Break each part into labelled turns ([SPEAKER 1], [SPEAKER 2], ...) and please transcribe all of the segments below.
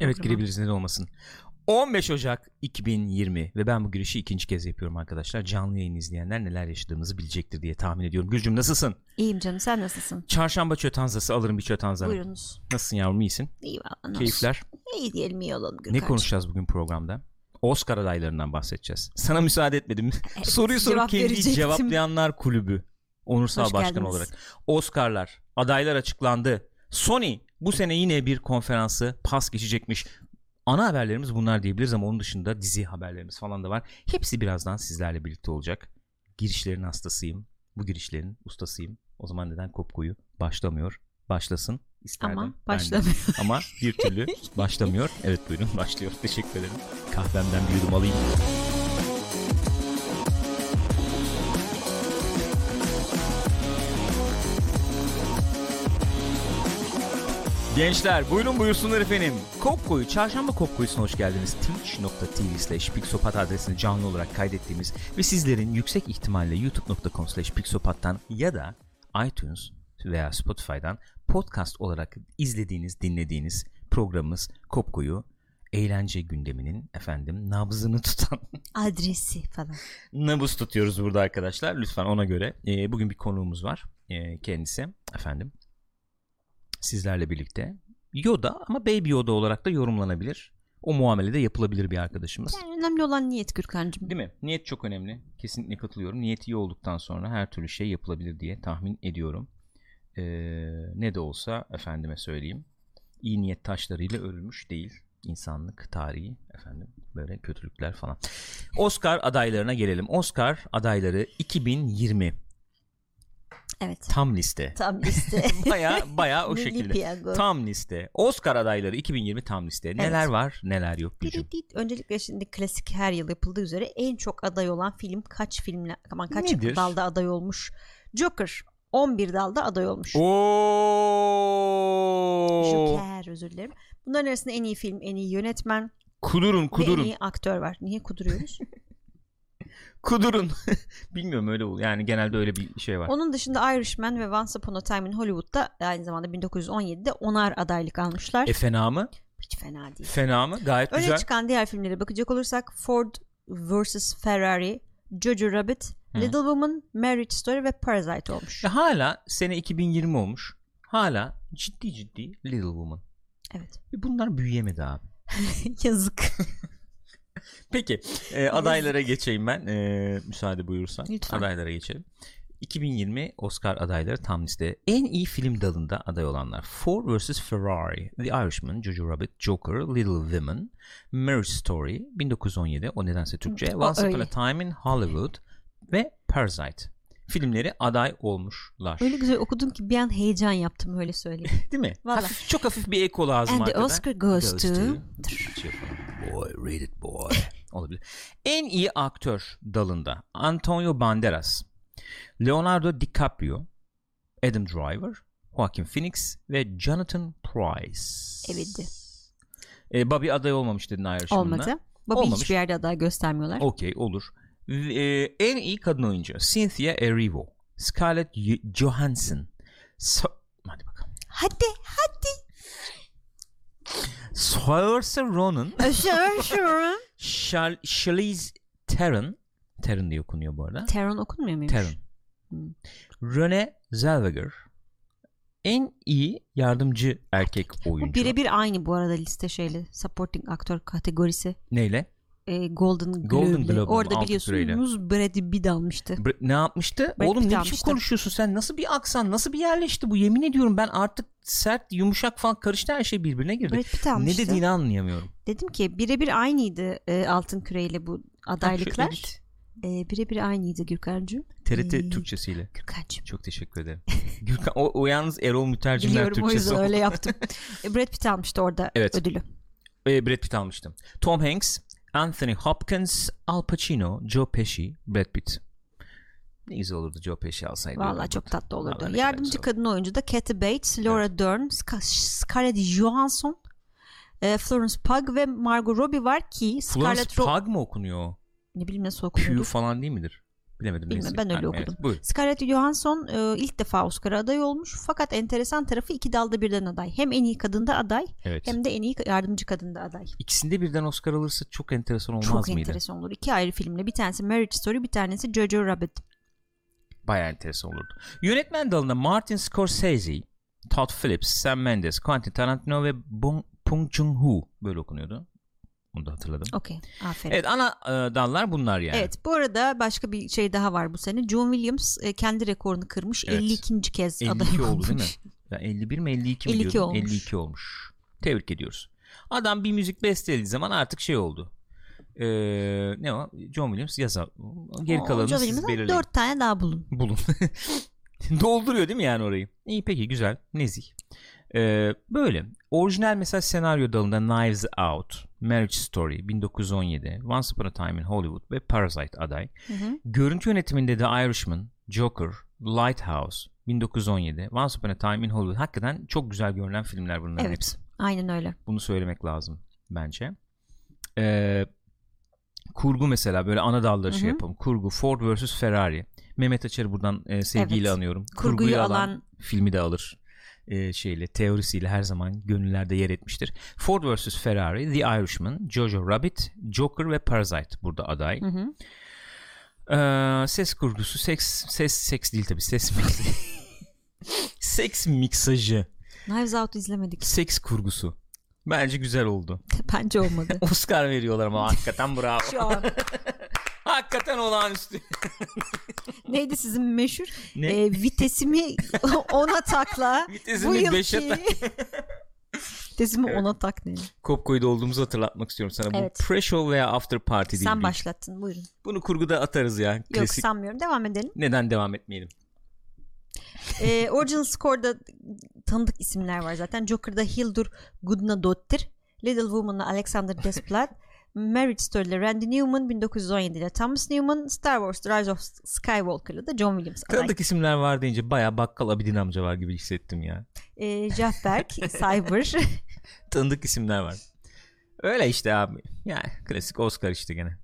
[SPEAKER 1] Evet girebiliriz neden olmasın. 15 Ocak 2020 ve ben bu girişi ikinci kez yapıyorum arkadaşlar. Canlı yayın izleyenler neler yaşadığımızı bilecektir diye tahmin ediyorum. Gülcüm nasılsın?
[SPEAKER 2] İyiyim canım sen nasılsın?
[SPEAKER 1] Çarşamba çötanzası alırım bir çötanzanı.
[SPEAKER 2] Buyurunuz.
[SPEAKER 1] Nasılsın yavrum iyisin?
[SPEAKER 2] İyi valla ne olsun.
[SPEAKER 1] Keyifler.
[SPEAKER 2] İyi diyelim iyi olalım
[SPEAKER 1] Ne
[SPEAKER 2] Gürkan.
[SPEAKER 1] konuşacağız bugün programda? Oscar adaylarından bahsedeceğiz. Sana müsaade etmedim. Soruyu sorup
[SPEAKER 2] cevap
[SPEAKER 1] kendi
[SPEAKER 2] verecektim.
[SPEAKER 1] cevaplayanlar kulübü. Onur Sağ
[SPEAKER 2] Hoş
[SPEAKER 1] Başkan
[SPEAKER 2] geldiniz.
[SPEAKER 1] olarak. Oscar'lar, adaylar açıklandı. Sony bu sene yine bir konferansı pas geçecekmiş. Ana haberlerimiz bunlar diyebiliriz ama onun dışında dizi haberlerimiz falan da var. Hepsi birazdan sizlerle birlikte olacak. Girişlerin hastasıyım. Bu girişlerin ustasıyım. O zaman neden kopkoyu başlamıyor? Başlasın. isterdim.
[SPEAKER 2] Ama
[SPEAKER 1] Ben de
[SPEAKER 2] başlamıyor.
[SPEAKER 1] ama bir türlü başlamıyor. Evet buyurun başlıyor. Teşekkür ederim. Kahvemden bir yudum alayım. Gençler buyurun buyursunlar efendim. Kopko'yu, çarşamba Kopko'yusuna hoş geldiniz. Twitch.tv slash Pixopat adresini canlı olarak kaydettiğimiz ve sizlerin yüksek ihtimalle youtube.com slash Pixopat'tan ya da iTunes veya Spotify'dan podcast olarak izlediğiniz, dinlediğiniz programımız Kopko'yu eğlence gündeminin efendim nabzını tutan
[SPEAKER 2] Adresi falan.
[SPEAKER 1] nabız tutuyoruz burada arkadaşlar. Lütfen ona göre. Ee, bugün bir konuğumuz var. Ee, kendisi efendim sizlerle birlikte Yoda ama Baby Yoda olarak da yorumlanabilir. O muamelede yapılabilir bir arkadaşımız.
[SPEAKER 2] Yani önemli olan niyet Gürkan'cığım.
[SPEAKER 1] Değil mi? Niyet çok önemli. Kesinlikle katılıyorum. Niyet iyi olduktan sonra her türlü şey yapılabilir diye tahmin ediyorum. Ee, ne de olsa efendime söyleyeyim. İyi niyet taşlarıyla örülmüş değil insanlık tarihi efendim böyle kötülükler falan. Oscar adaylarına gelelim. Oscar adayları 2020
[SPEAKER 2] Evet.
[SPEAKER 1] tam liste.
[SPEAKER 2] Tam liste.
[SPEAKER 1] Baya baya o
[SPEAKER 2] Milli
[SPEAKER 1] şekilde.
[SPEAKER 2] Piyango.
[SPEAKER 1] Tam liste. Oscar adayları 2020 tam liste. Neler var, neler yok gücüm.
[SPEAKER 2] Pirit- Öncelikle şimdi klasik her yıl yapıldığı üzere en çok aday olan film kaç filmle aman kaç
[SPEAKER 1] Nedir?
[SPEAKER 2] dalda aday olmuş? Joker 11 dalda aday olmuş.
[SPEAKER 1] Oo!
[SPEAKER 2] Joker özür dilerim. Bunların arasında en iyi film, en iyi yönetmen
[SPEAKER 1] Kudurun,
[SPEAKER 2] ve en
[SPEAKER 1] kudurun.
[SPEAKER 2] iyi aktör var. Niye kuduruyoruz?
[SPEAKER 1] Kudurun. Bilmiyorum öyle oluyor. Yani genelde öyle bir şey var.
[SPEAKER 2] Onun dışında Irishman ve Once Upon a Time in Hollywood'da aynı zamanda 1917'de onar adaylık almışlar.
[SPEAKER 1] E fena mı?
[SPEAKER 2] Hiç fena değil.
[SPEAKER 1] Fena mı? Gayet
[SPEAKER 2] Öne
[SPEAKER 1] güzel.
[SPEAKER 2] çıkan diğer filmlere bakacak olursak Ford vs. Ferrari, Jojo Rabbit,
[SPEAKER 1] Hı.
[SPEAKER 2] Little Woman, Marriage Story ve Parasite olmuş.
[SPEAKER 1] Ve hala sene 2020 olmuş. Hala ciddi ciddi Little Woman.
[SPEAKER 2] Evet.
[SPEAKER 1] E Bunlar büyüyemedi abi.
[SPEAKER 2] Yazık.
[SPEAKER 1] Peki e, adaylara geçeyim ben. E, müsaade buyursan.
[SPEAKER 2] Lütfen.
[SPEAKER 1] Adaylara geçelim. 2020 Oscar adayları tam liste. En iyi film dalında aday olanlar. Ford vs. Ferrari, The Irishman, Jojo Rabbit, Joker, Little Women, Marriage Story, 1917, o nedense Türkçe,
[SPEAKER 2] O
[SPEAKER 1] Once Upon a
[SPEAKER 2] öyle.
[SPEAKER 1] Time in Hollywood ve Parasite. Filmleri aday olmuşlar.
[SPEAKER 2] Öyle güzel okudun ki bir an heyecan yaptım öyle söyleyeyim.
[SPEAKER 1] Değil mi?
[SPEAKER 2] Vallahi.
[SPEAKER 1] Hafif, çok hafif bir ek oldu ağzıma
[SPEAKER 2] And the
[SPEAKER 1] arkadan.
[SPEAKER 2] Oscar goes to-
[SPEAKER 1] Şey yapalım. Boy, read it boy. Olabilir. En iyi aktör dalında Antonio Banderas, Leonardo DiCaprio, Adam Driver, Joaquin Phoenix ve Jonathan Price.
[SPEAKER 2] Evetti.
[SPEAKER 1] Ee, Bobby aday olmamış dedin ayrışımına.
[SPEAKER 2] Olmadı. Bobby
[SPEAKER 1] Olmamış.
[SPEAKER 2] hiçbir yerde aday göstermiyorlar.
[SPEAKER 1] Okey olur. Ee, en iyi kadın oyuncu Cynthia Erivo, Scarlett Y- Johansson. So- Hadi bakalım.
[SPEAKER 2] Hadi hadi.
[SPEAKER 1] Saoirse Ronan,
[SPEAKER 2] Aşağı
[SPEAKER 1] şey
[SPEAKER 2] aşağı.
[SPEAKER 1] Shal Charlize Theron Theron diye okunuyor bu arada.
[SPEAKER 2] Teron okunmuyor muymuş?
[SPEAKER 1] Theron.
[SPEAKER 2] Hmm.
[SPEAKER 1] Rene Zellweger en iyi yardımcı erkek
[SPEAKER 2] Bu
[SPEAKER 1] oyuncu.
[SPEAKER 2] birebir aynı bu arada liste şeyle. Supporting aktör kategorisi.
[SPEAKER 1] Neyle?
[SPEAKER 2] e, Golden Globe'le.
[SPEAKER 1] Golden Globe ama
[SPEAKER 2] Orada
[SPEAKER 1] altı
[SPEAKER 2] biliyorsunuz Brad Pitt almıştı.
[SPEAKER 1] Br- ne yapmıştı?
[SPEAKER 2] Brad
[SPEAKER 1] Oğlum
[SPEAKER 2] Pitt
[SPEAKER 1] ne biçim
[SPEAKER 2] almıştı.
[SPEAKER 1] konuşuyorsun sen? Nasıl bir aksan? Nasıl bir yerleşti bu? Yemin ediyorum ben artık sert, yumuşak falan karıştı her şey birbirine girdi.
[SPEAKER 2] Brad Pitt
[SPEAKER 1] Ne
[SPEAKER 2] almıştı.
[SPEAKER 1] dediğini anlayamıyorum.
[SPEAKER 2] Dedim ki birebir aynıydı e, Altın Küre'yle bu
[SPEAKER 1] Ha, şu
[SPEAKER 2] adaylıklar.
[SPEAKER 1] edit.
[SPEAKER 2] E, birebir aynıydı Gürkan'cığım.
[SPEAKER 1] TRT
[SPEAKER 2] Ee,
[SPEAKER 1] Türkçesiyle.
[SPEAKER 2] Gürkan'cığım.
[SPEAKER 1] Çok teşekkür ederim. Gürkan, o, o yalnız Erol Mütercimler
[SPEAKER 2] Biliyorum o
[SPEAKER 1] Türkçesi.
[SPEAKER 2] yüzden
[SPEAKER 1] oldu.
[SPEAKER 2] öyle yaptım. E, Brad Pitt almıştı orada
[SPEAKER 1] Evet.
[SPEAKER 2] ödülü.
[SPEAKER 1] E, Brad Pitt almıştım. Tom Hanks, Anthony Hopkins, Al Pacino, Joe Pesci, Brad Pitt. Ne güzel olurdu Joe Pesci alsaydı.
[SPEAKER 2] Vallahi çok tatlı
[SPEAKER 1] Vallahi ne
[SPEAKER 2] olurdu.
[SPEAKER 1] kadar güzel
[SPEAKER 2] Yardımcı
[SPEAKER 1] oldu.
[SPEAKER 2] kadın oyuncu da Kathy Bates, Laura Dern, Scar- Scarlett Johansson, e, Florence Pugh ve Margot Robbie var ki
[SPEAKER 1] Florence
[SPEAKER 2] Scarlett Robbie
[SPEAKER 1] Pugh mı okunuyor?
[SPEAKER 2] ne bileyim nasıl
[SPEAKER 1] Pugh
[SPEAKER 2] okunuyordu.
[SPEAKER 1] falan değil midir? Bilemedim.
[SPEAKER 2] Bilmiyorum,
[SPEAKER 1] neyse.
[SPEAKER 2] ben öyle
[SPEAKER 1] Ha,
[SPEAKER 2] okudum.
[SPEAKER 1] Evet, buyur.
[SPEAKER 2] Scarlett Johansson e, ilk defa Oscar'a aday olmuş. Fakat enteresan tarafı iki dalda birden aday. Hem en iyi kadında aday
[SPEAKER 1] Evet.
[SPEAKER 2] hem de en iyi yardımcı kadında aday.
[SPEAKER 1] İkisinde birden Oscar alırsa çok enteresan olmaz
[SPEAKER 2] Çok
[SPEAKER 1] mıydı?
[SPEAKER 2] enteresan olur. İki ayrı filmle. Bir tanesi Marriage Story, bir tanesi Jojo Rabbit.
[SPEAKER 1] Bayağı enteresan olurdu. Yönetmen dalında Martin Scorsese, Todd Phillips, Sam Mendes, Quentin Tarantino ve Bong, Pung Chung-Hu böyle okunuyordu. Bunu da hatırladım.
[SPEAKER 2] Okey. Aferin. Evet.
[SPEAKER 1] Evet ana e, dallar bunlar yani.
[SPEAKER 2] bu arada başka bir şey daha var bu sene. John Williams e, kendi rekorunu kırmış.
[SPEAKER 1] Evet.
[SPEAKER 2] 52. kez aday
[SPEAKER 1] 52 oldu
[SPEAKER 2] olmuş.
[SPEAKER 1] değil mi? Ya 51 mi 52 mi
[SPEAKER 2] 52
[SPEAKER 1] diyordum?
[SPEAKER 2] olmuş.
[SPEAKER 1] 52 olmuş. Tebrik ediyoruz. Adam bir müzik bestelediği zaman artık şey oldu. Ee, ne o? John Williams yazar. Geri
[SPEAKER 2] O-
[SPEAKER 1] kalanını
[SPEAKER 2] John
[SPEAKER 1] siz
[SPEAKER 2] Williams'dan
[SPEAKER 1] belirleyin.
[SPEAKER 2] Dört tane daha bulun.
[SPEAKER 1] bulun. Dolduruyor değil mi yani orayı? İyi peki güzel. Nezih. Ee, böyle. Orijinal mesela senaryo dalında Knives Out, Marriage Story 1917, Once Upon a Time in Hollywood ve Parasite aday.
[SPEAKER 2] Hı hı.
[SPEAKER 1] Görüntü yönetiminde The Irishman, Joker, Lighthouse 1917, Once Upon a Time in Hollywood. Hakikaten çok güzel görünen filmler bunların
[SPEAKER 2] Evet.
[SPEAKER 1] hepsi.
[SPEAKER 2] Aynen öyle.
[SPEAKER 1] Bunu söylemek lazım bence. Ee, kurgu mesela böyle ana dalları şey
[SPEAKER 2] Hı hı.
[SPEAKER 1] yapalım. Kurgu Ford vs Ferrari. Mehmet Açar'ı buradan e, sevgiyle
[SPEAKER 2] Evet.
[SPEAKER 1] anıyorum.
[SPEAKER 2] Kurguyu alan-
[SPEAKER 1] filmi de alır. Ee, şeyle teorisiyle her zaman gönüllerde yer etmiştir. Ford vs Ferrari, The Irishman, Jojo Rabbit, Joker ve Parasite burada aday.
[SPEAKER 2] Hı hı.
[SPEAKER 1] Ee, ses kurgusu, seks ses seks değil tabii. Ses miksajı. seks miksajı,
[SPEAKER 2] Knives Out izlemedik.
[SPEAKER 1] seks kurgusu. Bence güzel oldu.
[SPEAKER 2] Bence olmadı.
[SPEAKER 1] Oscar veriyorlar ama hakikaten bravo.
[SPEAKER 2] Şu an.
[SPEAKER 1] hakikaten olağanüstü.
[SPEAKER 2] Neydi sizin meşhur?
[SPEAKER 1] Ne?
[SPEAKER 2] Ee, vitesimi ona takla.
[SPEAKER 1] Vitesimi beşe tak.
[SPEAKER 2] vitesimi ona tak ne?
[SPEAKER 1] Kopkoy'da olduğumuzu hatırlatmak istiyorum sana.
[SPEAKER 2] Evet.
[SPEAKER 1] Bu pre-show veya after party değil.
[SPEAKER 2] Sen
[SPEAKER 1] bu.
[SPEAKER 2] başlattın buyurun.
[SPEAKER 1] Bunu kurguda atarız ya.
[SPEAKER 2] Yok
[SPEAKER 1] Klasik.
[SPEAKER 2] sanmıyorum. Devam edelim.
[SPEAKER 1] Neden devam etmeyelim?
[SPEAKER 2] Ee, Original Score'da tanıdık isimler var zaten. Joker'da Hildur Gudnadottir, Little Woman'la Alexander Desplat, Marriage Story'le Randy Newman, 1917 ile Thomas Newman, Star Wars Rise of Skywalker'la da John Williams aday.
[SPEAKER 1] Tanıdık isimler var deyince baya bakkal Abidin amca var gibi hissettim ya.
[SPEAKER 2] Ee, Jeff Berg, Cyber.
[SPEAKER 1] Tanıdık isimler var. Öyle işte abi. Yani klasik Oscar işte gene.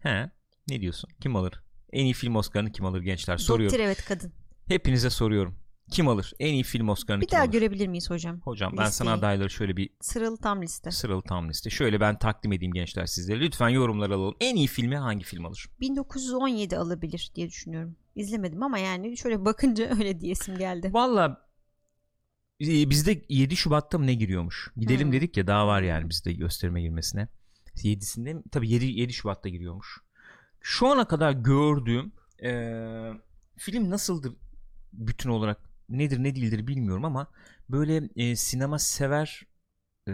[SPEAKER 1] He. Ne diyorsun? Kim alır? En iyi film Oscar'ını kim alır gençler? Soruyorum.
[SPEAKER 2] Doktor evet kadın.
[SPEAKER 1] Hepinize soruyorum. Kim alır? En iyi film Oscar'ını
[SPEAKER 2] Bir
[SPEAKER 1] kim
[SPEAKER 2] daha
[SPEAKER 1] alır?
[SPEAKER 2] görebilir miyiz hocam?
[SPEAKER 1] Hocam ben sana
[SPEAKER 2] Listeyi.
[SPEAKER 1] adayları şöyle bir
[SPEAKER 2] Sıralı tam liste.
[SPEAKER 1] sıralı tam liste. Şöyle ben takdim edeyim gençler sizlere. Lütfen yorumlar alalım. En iyi filmi hangi film alır?
[SPEAKER 2] 1917 alabilir diye düşünüyorum. İzlemedim ama yani şöyle bakınca öyle diyesim geldi.
[SPEAKER 1] Valla e, bizde 7 Şubat'ta mı ne giriyormuş? Gidelim
[SPEAKER 2] Hmm.
[SPEAKER 1] dedik ya daha var yani bizde gösterime girmesine. 7'sinde mi? Tabii 7, 7 Şubat'ta giriyormuş. Şu ana kadar gördüğüm e, film nasıldır bütün olarak nedir ne değildir bilmiyorum ama böyle e, sinema sever e,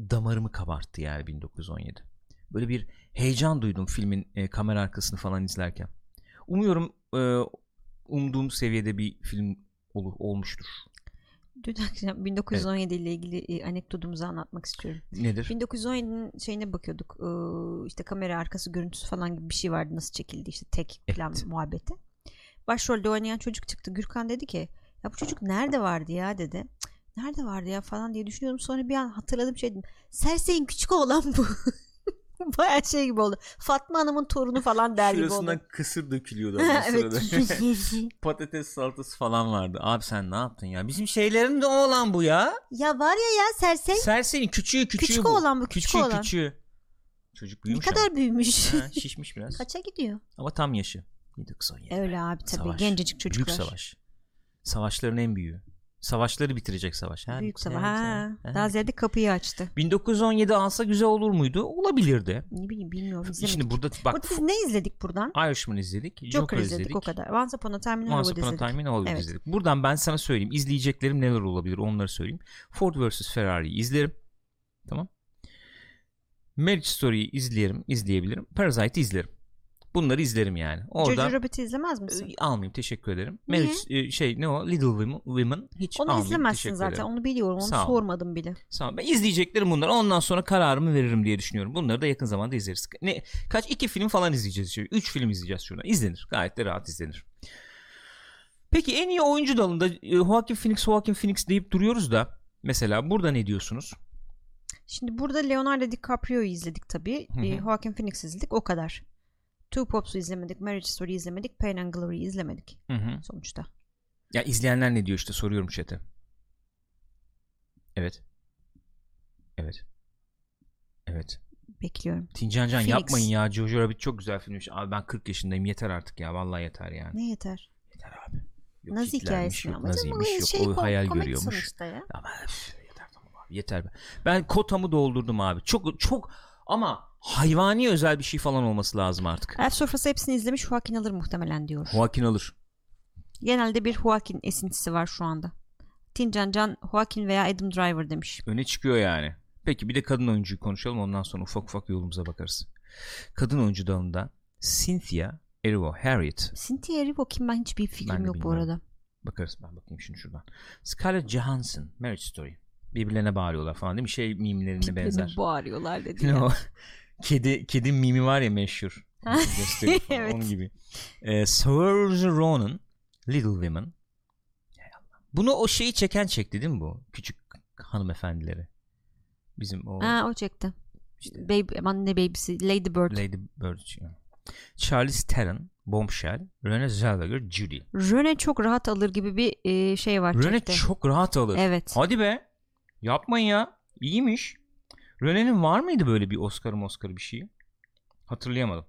[SPEAKER 1] damarımı kabarttı yani 1917. Böyle bir heyecan duydum filmin e, kamera arkasını falan izlerken. Umuyorum e, umduğum seviyede bir film olu- olmuştur.
[SPEAKER 2] Dün akşam 1917 ile ilgili e, anekdotumuzu anlatmak istiyorum.
[SPEAKER 1] Nedir?
[SPEAKER 2] 1917'nin şeyine bakıyorduk. Ee, işte kamera arkası görüntüsü falan gibi bir şey vardı. Nasıl çekildi işte tek plan
[SPEAKER 1] Evet.
[SPEAKER 2] muhabbeti. Başrolde oynayan çocuk çıktı. Gürkan dedi ki ya bu çocuk nerede vardı ya dedi. "Cık, Nerede vardı ya falan diye düşünüyordum. Sonra bir an hatırladım şey dedim. Serseyin küçük oğlan bu. Baya şey gibi oldu. Fatma Hanım'ın torunu falan der gibi oldu.
[SPEAKER 1] kısır dökülüyordu
[SPEAKER 2] evet.
[SPEAKER 1] Patates salatası falan vardı. Abi sen ne yaptın ya? Bizim şeylerin de oğlan bu ya.
[SPEAKER 2] ya var ya ya serseri
[SPEAKER 1] Serseri küçüğü küçüğü
[SPEAKER 2] Küçük
[SPEAKER 1] bu.
[SPEAKER 2] oğlan bu, küçük
[SPEAKER 1] küçüğü,
[SPEAKER 2] oğlan.
[SPEAKER 1] Küçüğü. Çocuk
[SPEAKER 2] ne
[SPEAKER 1] büyümüş ama.
[SPEAKER 2] kadar büyümüş.
[SPEAKER 1] Ha, şişmiş biraz.
[SPEAKER 2] Kaça gidiyor?
[SPEAKER 1] Ama tam yaşı. 1917.
[SPEAKER 2] Öyle abi tabii
[SPEAKER 1] Savaş.
[SPEAKER 2] gencecik çocuklar.
[SPEAKER 1] Büyük savaş. Savaşların en büyüğü. Savaşları bitirecek savaş. Ha,
[SPEAKER 2] Büyük
[SPEAKER 1] bitti,
[SPEAKER 2] savaş. Ha,
[SPEAKER 1] bitti, ha.
[SPEAKER 2] daha ziyade kapıyı açtı.
[SPEAKER 1] 1917 alsa güzel olur muydu? Olabilirdi.
[SPEAKER 2] Ne bileyim bilmiyorum. izlemedim.
[SPEAKER 1] Şimdi burada
[SPEAKER 2] Burada
[SPEAKER 1] bak
[SPEAKER 2] biz ne izledik buradan?
[SPEAKER 1] Irishman izledik. Joker,
[SPEAKER 2] Joker izledik,
[SPEAKER 1] izledik.
[SPEAKER 2] o kadar. Once Upon a Time in
[SPEAKER 1] Once
[SPEAKER 2] Hollywood
[SPEAKER 1] Upon a
[SPEAKER 2] izledik.
[SPEAKER 1] Time in Hollywood
[SPEAKER 2] Evet.
[SPEAKER 1] izledik. Buradan ben sana söyleyeyim. İzleyeceklerim neler olabilir onları söyleyeyim. Ford vs. Ferrari'yi izlerim. Tamam. Marriage Story'yi izlerim, izleyebilirim. Parasite'i izlerim. Bunları izlerim yani. Oradan
[SPEAKER 2] Jojo Rabbit'i izlemez misin?
[SPEAKER 1] e, almayayım teşekkür ederim.
[SPEAKER 2] Niye?
[SPEAKER 1] Marriage, e, şey ne o? Little Women, Women hiç
[SPEAKER 2] Onu
[SPEAKER 1] almayayım
[SPEAKER 2] izlemezsin
[SPEAKER 1] teşekkür
[SPEAKER 2] zaten.
[SPEAKER 1] ederim.
[SPEAKER 2] Onu biliyorum. Onu
[SPEAKER 1] Sağ ol.
[SPEAKER 2] sormadım bile.
[SPEAKER 1] Tamam. Ben izleyeceklerim bunlar. Ondan sonra kararımı veririm diye düşünüyorum. Bunları da yakın zamanda izleriz. Ne kaç iki film falan izleyeceğiz. Şimdi. Üç film izleyeceğiz şurada. İzlenir. Gayet de rahat izlenir. Peki en iyi oyuncu dalında e, Joaquin Phoenix, Joaquin Phoenix deyip duruyoruz da mesela burada ne diyorsunuz?
[SPEAKER 2] Şimdi burada Leonardo DiCaprio'yu izledik tabii.
[SPEAKER 1] Hı hı.
[SPEAKER 2] Ee, Joaquin Phoenix izledik. O kadar. Two Pops'u izlemedik, Marriage Story izlemedik, Pain and Glory izlemedik
[SPEAKER 1] Hı hı.
[SPEAKER 2] sonuçta.
[SPEAKER 1] Ya izleyenler ne diyor işte soruyorum chat'e. Evet. Evet. Evet.
[SPEAKER 2] Bekliyorum.
[SPEAKER 1] Tincan Can
[SPEAKER 2] Phoenix.
[SPEAKER 1] yapmayın ya. Jojo Rabbit çok güzel filmmiş. Abi ben 40 yaşındayım yeter artık ya. Vallahi yeter yani.
[SPEAKER 2] Ne yeter?
[SPEAKER 1] Yeter abi. Yok,
[SPEAKER 2] Nazi
[SPEAKER 1] Hitler'miş,
[SPEAKER 2] hikayesi
[SPEAKER 1] yok,
[SPEAKER 2] ama.
[SPEAKER 1] Naziymiş
[SPEAKER 2] Canım,
[SPEAKER 1] yok.
[SPEAKER 2] şey,
[SPEAKER 1] o
[SPEAKER 2] kom-
[SPEAKER 1] hayal
[SPEAKER 2] komedi
[SPEAKER 1] görüyormuş.
[SPEAKER 2] sonuçta ya.
[SPEAKER 1] Ama üf, yeter tamam abi yeter. be. Ben kotamı doldurdum abi. Çok çok ama hayvani özel bir şey falan olması lazım artık.
[SPEAKER 2] Elf sofrası hepsini izlemiş Joaquin alır muhtemelen diyor.
[SPEAKER 1] Joaquin alır.
[SPEAKER 2] Genelde bir Joaquin esintisi var şu anda. Tincan Can Joaquin veya Adam Driver demiş.
[SPEAKER 1] Öne çıkıyor yani. Peki bir de kadın oyuncuyu konuşalım ondan sonra ufak ufak yolumuza bakarız. Kadın oyuncu dalında Cynthia Erivo Harriet
[SPEAKER 2] Cynthia Erivo kim ben hiçbir fikrim
[SPEAKER 1] Ben de
[SPEAKER 2] yok bu
[SPEAKER 1] bilmiyorum.
[SPEAKER 2] arada.
[SPEAKER 1] Bakarız ben bakayım şimdi şuradan. Scarlett Johansson Marriage Story. Birbirlerine bağırıyorlar falan değil mi? Şey mimlerine benzer.
[SPEAKER 2] bağırıyorlar dedi.
[SPEAKER 1] Ne o? Kedi kedi mimi var ya meşhur.
[SPEAKER 2] Ha,
[SPEAKER 1] Gösteriyor falan,
[SPEAKER 2] evet.
[SPEAKER 1] Onun gibi. Ee, Saoirse Ronan Little Women. Hay Allah. Bunu o şeyi çeken çekti değil mi bu? Küçük hanımefendileri. Bizim o
[SPEAKER 2] Ha o çekti.
[SPEAKER 1] işte
[SPEAKER 2] Baby, aman ne babysi Lady Bird.
[SPEAKER 1] Lady Bird. Charlize Theron Bombshell. Renée Zellweger Judy.
[SPEAKER 2] Röne çok rahat alır gibi bir e, şey var
[SPEAKER 1] Rene
[SPEAKER 2] çekte.
[SPEAKER 1] çok rahat alır.
[SPEAKER 2] Evet.
[SPEAKER 1] Hadi be. Yapmayın ya. İyiymiş. Rene'nin var mıydı böyle bir Oscar'ı Oscar'ı bir şeyi? Hatırlayamadım.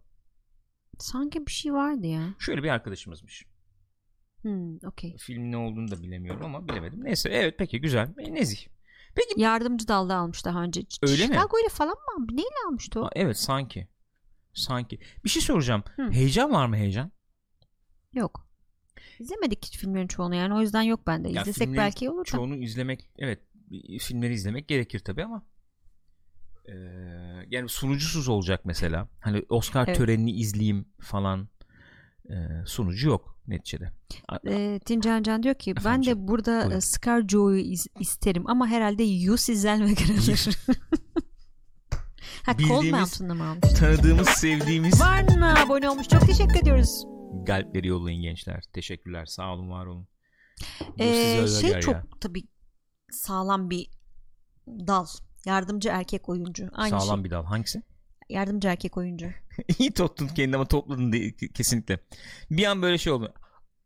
[SPEAKER 2] Sanki bir şey vardı ya.
[SPEAKER 1] Şöyle bir arkadaşımızmış.
[SPEAKER 2] Hmm, okey.
[SPEAKER 1] Filmin ne olduğunu da bilemiyorum ama bilemedim. Neyse evet peki güzel. E, nezih. Peki
[SPEAKER 2] Yardımcı dalda almış daha önce. Ç-
[SPEAKER 1] Öyle mi?
[SPEAKER 2] Chicago ile falan mı? Neyle almıştı o?
[SPEAKER 1] Aa, evet sanki. Sanki. Bir şey soracağım.
[SPEAKER 2] Hı.
[SPEAKER 1] Heyecan var mı heyecan?
[SPEAKER 2] Yok. İzlemedik hiç filmlerin çoğunu yani. O yüzden yok bende.
[SPEAKER 1] Ya
[SPEAKER 2] İzlesek
[SPEAKER 1] filmlerin
[SPEAKER 2] belki olur da.
[SPEAKER 1] Çoğunu izlemek evet filmleri izlemek gerekir tabi ama Ee, yani sunucusuz olacak mesela. Hani Oscar
[SPEAKER 2] Evet.
[SPEAKER 1] törenini izleyeyim falan Ee, sunucu yok neticede. A-
[SPEAKER 2] E, Tincan Can diyor ki ben
[SPEAKER 1] Efendim
[SPEAKER 2] de burada
[SPEAKER 1] buyurun.
[SPEAKER 2] e, Scar Joe'yu iz- isterim ama herhalde Yussi Zellweger alır. ha kol mu
[SPEAKER 1] Bildiğimiz-
[SPEAKER 2] altında mı almış?
[SPEAKER 1] Tanıdığımız, sevdiğimiz
[SPEAKER 2] Varna abone olmuş. Çok teşekkür ediyoruz.
[SPEAKER 1] galpleri yollayın gençler. Teşekkürler. Sağ olun, var olun. Bu
[SPEAKER 2] Ee,
[SPEAKER 1] size özel
[SPEAKER 2] şey
[SPEAKER 1] yer
[SPEAKER 2] çok
[SPEAKER 1] ya.
[SPEAKER 2] tabii sağlam bir dal. Yardımcı erkek oyuncu. Aynı
[SPEAKER 1] Sağlam
[SPEAKER 2] şey.
[SPEAKER 1] bir dal. Hangisi?
[SPEAKER 2] Yardımcı erkek oyuncu.
[SPEAKER 1] İyi tottun kendini ama topladın değil, kesinlikle. Bir an böyle şey oldu.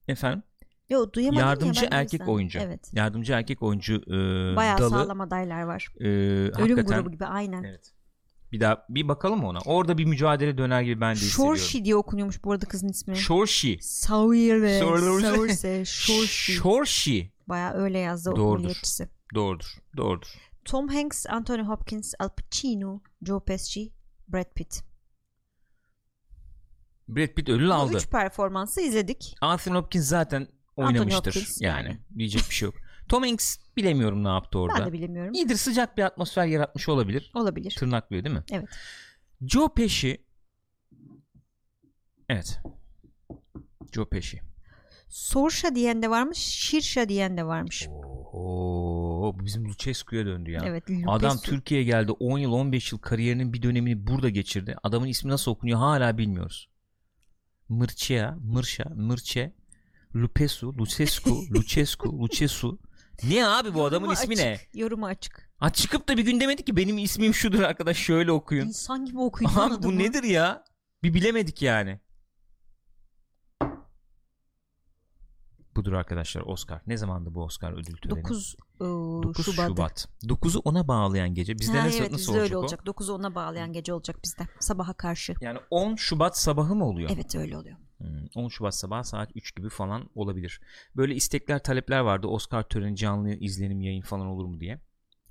[SPEAKER 1] Efendim?
[SPEAKER 2] Yo duyamadım
[SPEAKER 1] yardımcı
[SPEAKER 2] ya ben o
[SPEAKER 1] erkek
[SPEAKER 2] yüzden.
[SPEAKER 1] oyuncu.
[SPEAKER 2] Evet.
[SPEAKER 1] Yardımcı erkek oyuncu e,
[SPEAKER 2] Bayağı
[SPEAKER 1] dalı.
[SPEAKER 2] sağlam adaylar var.
[SPEAKER 1] e,
[SPEAKER 2] Ölüm
[SPEAKER 1] hakikaten. e,
[SPEAKER 2] grubu gibi aynen.
[SPEAKER 1] Evet. Bir daha bir bakalım ona. Orada bir mücadele döner gibi ben de hissediyorum.
[SPEAKER 2] Shorshi diye okunuyormuş bu arada kızın ismi.
[SPEAKER 1] Shorshi.
[SPEAKER 2] Saoirse.
[SPEAKER 1] Saoirse.
[SPEAKER 2] Saoirse. Shorshi.
[SPEAKER 1] Shorshi.
[SPEAKER 2] Bayağı öyle yazdı
[SPEAKER 1] Doğrudur.
[SPEAKER 2] okumiyetçisi.
[SPEAKER 1] Doğrudur. Doğrudur.
[SPEAKER 2] Tom Hanks, Anthony Hopkins, Al Pacino, Joe Pesci, Brad Pitt.
[SPEAKER 1] Brad Pitt ödül
[SPEAKER 2] Bu
[SPEAKER 1] aldı.
[SPEAKER 2] Üç performansı izledik.
[SPEAKER 1] Anthony Hopkins zaten
[SPEAKER 2] Anthony
[SPEAKER 1] oynamıştır.
[SPEAKER 2] Hopkins
[SPEAKER 1] yani.
[SPEAKER 2] yani.
[SPEAKER 1] diyecek bir şey yok. Tom Hanks bilemiyorum ne yaptı
[SPEAKER 2] Ben
[SPEAKER 1] orada.
[SPEAKER 2] de bilemiyorum.
[SPEAKER 1] İyidir sıcak bir atmosfer yaratmış olabilir.
[SPEAKER 2] Olabilir.
[SPEAKER 1] Tırnaklıyor değil mi?
[SPEAKER 2] Evet.
[SPEAKER 1] Joe Pesci Evet. Joe Pesci.
[SPEAKER 2] Sorşa diyen de varmış, Şirşa diyen de varmış.
[SPEAKER 1] Oo, bu bizim Luchescu'ya döndü ya.
[SPEAKER 2] Evet. Lupescu.
[SPEAKER 1] Adam Türkiye'ye geldi 10 yıl 15 yıl kariyerinin bir dönemini burada geçirdi. Adamın ismi nasıl okunuyor hala bilmiyoruz. Mırçea, Mırşa, Mırçe, Lupesu, Lucescu, Lucescu, Lucesu. Ne abi bu adamın
[SPEAKER 2] Yorumu
[SPEAKER 1] ismi
[SPEAKER 2] açık,
[SPEAKER 1] ne?
[SPEAKER 2] Yorumu açık.
[SPEAKER 1] Ha çıkıp da bir gün demedi ki benim ismim şudur arkadaş şöyle okuyun.
[SPEAKER 2] İnsan gibi okuyun.
[SPEAKER 1] Abi bu nedir ya? Bir bilemedik yani. Budur arkadaşlar Oscar. Ne zamandı bu Oscar ödül töreni?
[SPEAKER 2] 9,
[SPEAKER 1] 9
[SPEAKER 2] e, Şubat.
[SPEAKER 1] Şubat. 9'u ona bağlayan gece. Bizde
[SPEAKER 2] Ha,
[SPEAKER 1] nasıl,
[SPEAKER 2] evet,
[SPEAKER 1] nasıl
[SPEAKER 2] bizde
[SPEAKER 1] olacak,
[SPEAKER 2] öyle
[SPEAKER 1] o?
[SPEAKER 2] olacak. 9'u ona bağlayan gece olacak bizde. Sabaha karşı.
[SPEAKER 1] Yani 10 Şubat sabahı mı oluyor?
[SPEAKER 2] Evet öyle oluyor.
[SPEAKER 1] Hmm, 10 Şubat sabahı saat 3 gibi falan olabilir. Böyle istekler, talepler vardı. Oscar töreni canlı izlenim yayın falan olur mu diye.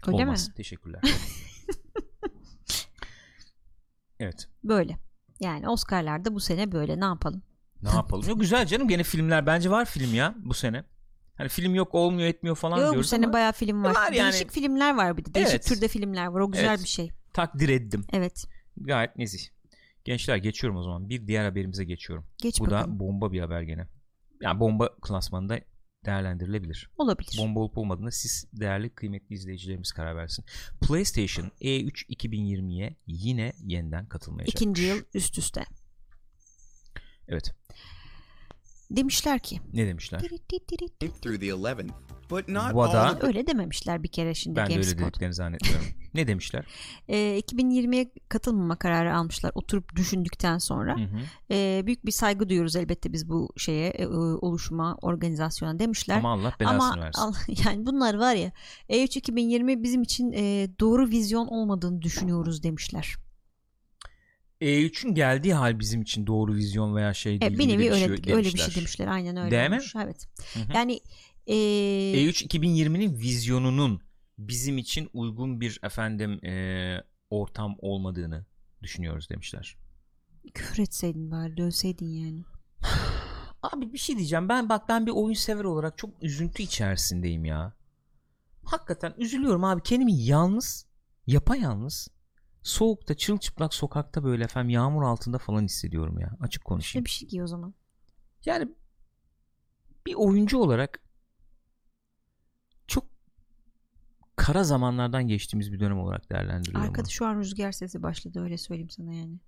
[SPEAKER 2] Öyle
[SPEAKER 1] Olmaz.
[SPEAKER 2] mi?
[SPEAKER 1] Teşekkürler. evet.
[SPEAKER 2] Böyle. Yani Oscar'larda bu sene böyle ne yapalım?
[SPEAKER 1] Ne yapalım? Yok güzel canım gene filmler bence var film ya bu sene. Hani film yok olmuyor etmiyor falan
[SPEAKER 2] Yok bu
[SPEAKER 1] diyoruz
[SPEAKER 2] sene
[SPEAKER 1] ama
[SPEAKER 2] bayağı film var.
[SPEAKER 1] Var yani.
[SPEAKER 2] Değişik filmler var bir de. Değişik
[SPEAKER 1] Evet.
[SPEAKER 2] türde filmler var. O güzel
[SPEAKER 1] Evet.
[SPEAKER 2] bir şey.
[SPEAKER 1] takdir ettim.
[SPEAKER 2] Evet.
[SPEAKER 1] Gayet nezih. Gençler geçiyorum o zaman. Bir diğer haberimize geçiyorum.
[SPEAKER 2] Geç
[SPEAKER 1] bu
[SPEAKER 2] bakalım.
[SPEAKER 1] da bomba bir haber gene. Yani bomba klasmanında değerlendirilebilir.
[SPEAKER 2] Olabilir.
[SPEAKER 1] bomba olup olmadığına siz değerli kıymetli izleyicilerimiz karar versin. PlayStation E E3 2020'ye yine yeniden katılmayacak.
[SPEAKER 2] İkinci yıl üst üste.
[SPEAKER 1] Evet.
[SPEAKER 2] Demişler ki
[SPEAKER 1] Ne demişler?
[SPEAKER 2] "Tiri tiri tiri."
[SPEAKER 3] through the 11th, but not
[SPEAKER 1] What
[SPEAKER 3] all
[SPEAKER 1] are-
[SPEAKER 3] the
[SPEAKER 2] öyle dememişler bir kere şimdi
[SPEAKER 1] Ben de öyle
[SPEAKER 2] Gamescom.
[SPEAKER 1] dediklerini zannetmiyorum. ne demişler?
[SPEAKER 2] Ee, 2020'ye katılmama kararı almışlar oturup düşündükten sonra.
[SPEAKER 1] Hı hı.
[SPEAKER 2] Ee, büyük bir saygı duyuyoruz elbette biz bu şeye, e, oluşuma, organizasyona demişler.
[SPEAKER 1] Ama Allah belasını versin.
[SPEAKER 2] Allah- yani bunlar var ya E E3 2020 bizim için e, doğru vizyon olmadığını düşünüyoruz demişler.
[SPEAKER 1] E3'ün E geldiği hal bizim için doğru vizyon veya şey değil.
[SPEAKER 2] E, bir
[SPEAKER 1] gibi de
[SPEAKER 2] nevi
[SPEAKER 1] bir
[SPEAKER 2] öyle,
[SPEAKER 1] şey demişler.
[SPEAKER 2] öyle bir şey demişler aynen öyle.
[SPEAKER 1] Değil mi?
[SPEAKER 2] olmuş. Evet.
[SPEAKER 1] Hı hı.
[SPEAKER 2] Yani e,
[SPEAKER 1] E3 2020'nin vizyonunun bizim için uygun bir efendim e, ortam olmadığını düşünüyoruz demişler.
[SPEAKER 2] küfür etseydin bari dövseydin yani.
[SPEAKER 1] Abi bir şey diyeceğim. Ben bak ben bir oyun sever olarak çok üzüntü içerisindeyim ya. Hakikaten üzülüyorum abi. Kendimi yalnız, yapayalnız, soğukta, çılçıplak sokakta böyle efendim yağmur altında falan hissediyorum ya. Açık konuşayım.
[SPEAKER 2] Şöyle bir şey giy o zaman.
[SPEAKER 1] Yani bir oyuncu olarak çok kara zamanlardan geçtiğimiz bir dönem olarak değerlendiriyorum.
[SPEAKER 2] Arkada şu an rüzgar sesi başladı öyle söyleyeyim sana yani.
[SPEAKER 1] bunu.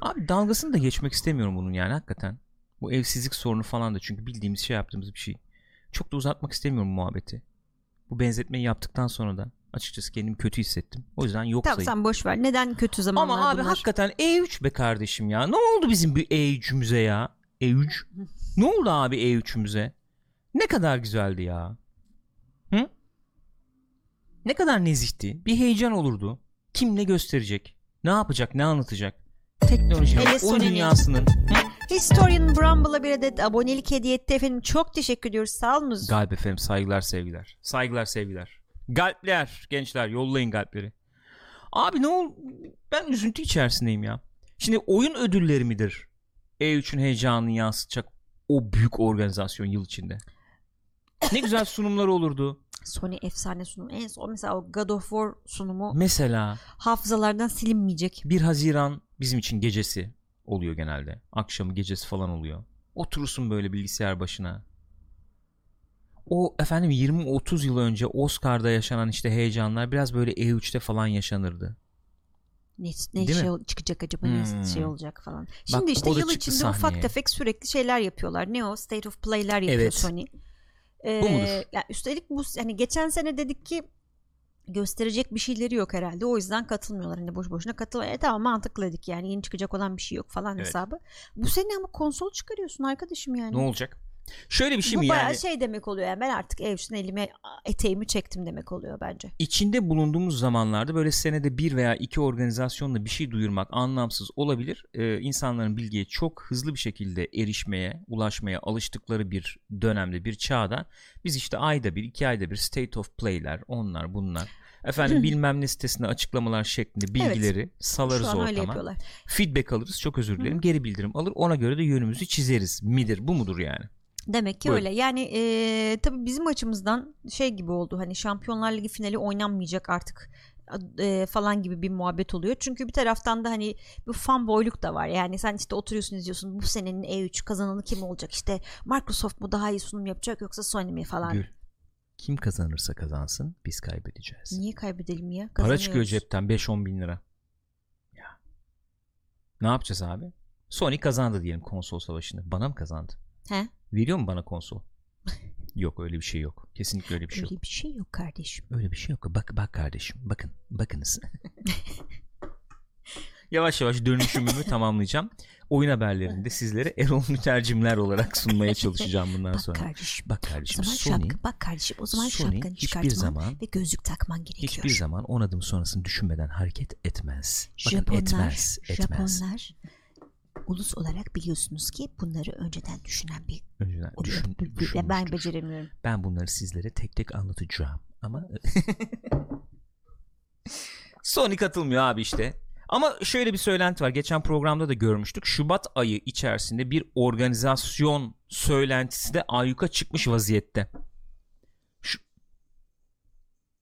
[SPEAKER 1] Abi dalgasını da geçmek istemiyorum bunun yani hakikaten. Bu evsizlik sorunu falan da çünkü bildiğimiz şey yaptığımız bir şey. Çok da uzatmak istemiyorum muhabbeti. Bu benzetmeyi yaptıktan sonra da açıkçası kendimi kötü hissettim. O yüzden yok
[SPEAKER 2] Tamam
[SPEAKER 1] sayayım.
[SPEAKER 2] sen boş ver. Neden kötü zamanlar
[SPEAKER 1] Ama abi
[SPEAKER 2] bunlar?
[SPEAKER 1] hakikaten E3 be kardeşim ya. Ne oldu bizim bir E3'ümüze ya? E3? ne oldu abi E3'ümüze? Ne kadar güzeldi ya. Hı? Ne kadar nezihti. Bir heyecan olurdu. Kim ne gösterecek? Ne yapacak? Ne anlatacak? Teknolojinin,
[SPEAKER 2] Hele
[SPEAKER 1] oyun
[SPEAKER 2] Sony'nin.
[SPEAKER 1] dünyasının. Hı?
[SPEAKER 2] Historian Brumble'a bir adet abonelik hediye etti efendim. Çok teşekkür ediyoruz. Sağ olunuz.
[SPEAKER 1] Galip efendim saygılar sevgiler. Saygılar sevgiler. Galpler gençler yollayın galpleri. Abi ne ol ben üzüntü içerisindeyim ya. Şimdi oyun ödülleri midir? E3'ün heyecanını yansıtacak o büyük organizasyon yıl içinde. Ne güzel sunumlar olurdu.
[SPEAKER 2] Sony efsane sunumu. En son mesela o God of War sunumu
[SPEAKER 1] Mesela
[SPEAKER 2] hafızalardan silinmeyecek.
[SPEAKER 1] 1 Haziran bizim için gecesi oluyor genelde. Akşamı gecesi falan oluyor. Oturursun böyle bilgisayar başına. O efendim 20-30 yıl önce Oscar'da yaşanan işte heyecanlar biraz böyle E3'te falan yaşanırdı.
[SPEAKER 2] Ne, ne
[SPEAKER 1] Değil
[SPEAKER 2] şey
[SPEAKER 1] mi?
[SPEAKER 2] ol- çıkacak acaba
[SPEAKER 1] Hmm.
[SPEAKER 2] ne şey olacak falan. Şimdi işte
[SPEAKER 1] o da
[SPEAKER 2] yıl
[SPEAKER 1] çıktı
[SPEAKER 2] içinde
[SPEAKER 1] sahneye.
[SPEAKER 2] ufak tefek sürekli şeyler yapıyorlar. Ne o? State of Play'ler yapıyor
[SPEAKER 1] Evet.
[SPEAKER 2] Sony. Ee,
[SPEAKER 1] Bu mudur?
[SPEAKER 2] ya üstelik bu hani geçen sene dedik ki gösterecek bir şeyleri yok herhalde. O yüzden katılmıyorlar. Hani boş boşuna katıl. E tamam mantıklı dedik yani yeni çıkacak olan bir şey yok falan
[SPEAKER 1] Evet.
[SPEAKER 2] hesabı. Bu sene ama konsol çıkarıyorsun arkadaşım yani.
[SPEAKER 1] Ne olacak? Şöyle bir şey
[SPEAKER 2] bu
[SPEAKER 1] mi
[SPEAKER 2] bayağı
[SPEAKER 1] yani?
[SPEAKER 2] şey demek oluyor yani ben artık ev için elime eteğimi çektim demek oluyor bence.
[SPEAKER 1] İçinde bulunduğumuz zamanlarda böyle senede bir veya iki organizasyonla bir şey duyurmak anlamsız olabilir. Ee, insanların bilgiye çok hızlı bir şekilde erişmeye, ulaşmaya alıştıkları bir dönemde, bir çağda biz işte ayda bir, iki ayda bir state of play'ler, onlar bunlar. Efendim bilmem ne sitesinde açıklamalar şeklinde bilgileri
[SPEAKER 2] Şu
[SPEAKER 1] salarız
[SPEAKER 2] an öyle
[SPEAKER 1] ortama.
[SPEAKER 2] yapıyorlar.
[SPEAKER 1] Feedback alırız, çok özür dilerim. Geri bildirim alır, ona göre de yönümüzü çizeriz. Midir, bu mudur yani?
[SPEAKER 2] Demek ki
[SPEAKER 1] Buyurun.
[SPEAKER 2] öyle. Yani e, tabii bizim açımızdan şey gibi oldu. Hani Şampiyonlar Ligi finali oynanmayacak artık e, falan gibi bir muhabbet oluyor. Çünkü bir taraftan da hani bu fanboyluk da var. Yani sen işte oturuyorsun izliyorsun bu senenin E3 kazananı kim olacak? İşte Microsoft mu daha iyi sunum yapacak yoksa Sony mi falan.
[SPEAKER 1] Gül. Kim kazanırsa kazansın biz kaybedeceğiz.
[SPEAKER 2] Niye kaybedelim ya?
[SPEAKER 1] Para
[SPEAKER 2] Kazanıyoruz.
[SPEAKER 1] çıkıyor cepten 5-10 bin lira. Ya. Ne yapacağız abi? Sony kazandı diyelim konsol savaşını. Bana mı kazandı?
[SPEAKER 2] He?
[SPEAKER 1] Veriyor mu bana konsol? yok öyle bir şey yok. Kesinlikle öyle bir şey yok.
[SPEAKER 2] Öyle bir şey yok kardeşim.
[SPEAKER 1] Öyle bir şey yok. Bak bak kardeşim. Bakın. Bakınız. yavaş yavaş dönüşümümü tamamlayacağım. Oyun haberlerinde sizlere Erol mütercimler olarak sunmaya çalışacağım bundan
[SPEAKER 2] Bak
[SPEAKER 1] sonra.
[SPEAKER 2] kardeşim.
[SPEAKER 1] Bak
[SPEAKER 2] o
[SPEAKER 1] kardeşim
[SPEAKER 2] zaman
[SPEAKER 1] Sony
[SPEAKER 2] şapka, bak kardeşim o zaman
[SPEAKER 1] Sony
[SPEAKER 2] şapkanı
[SPEAKER 1] hiçbir
[SPEAKER 2] çıkartman
[SPEAKER 1] zaman-
[SPEAKER 2] ve gözlük takman gerekiyor.
[SPEAKER 1] hiçbir zaman 10 adım sonrasını düşünmeden hareket etmez. Bakın
[SPEAKER 2] Japonlar,
[SPEAKER 1] etmez. Etmez.
[SPEAKER 2] Japonlar ulus olarak biliyorsunuz ki bunları önceden düşünen bir
[SPEAKER 1] Önceden düşün,
[SPEAKER 2] bir- bir-
[SPEAKER 1] düşünmüştür.
[SPEAKER 2] ben beceremiyorum.
[SPEAKER 1] Ben bunları sizlere tek tek anlatacağım. Ama Sony katılmıyor abi işte. Ama şöyle bir söylenti var. Geçen programda da görmüştük. Şubat ayı içerisinde bir organizasyon söylentisi de ayyuka çıkmış vaziyette.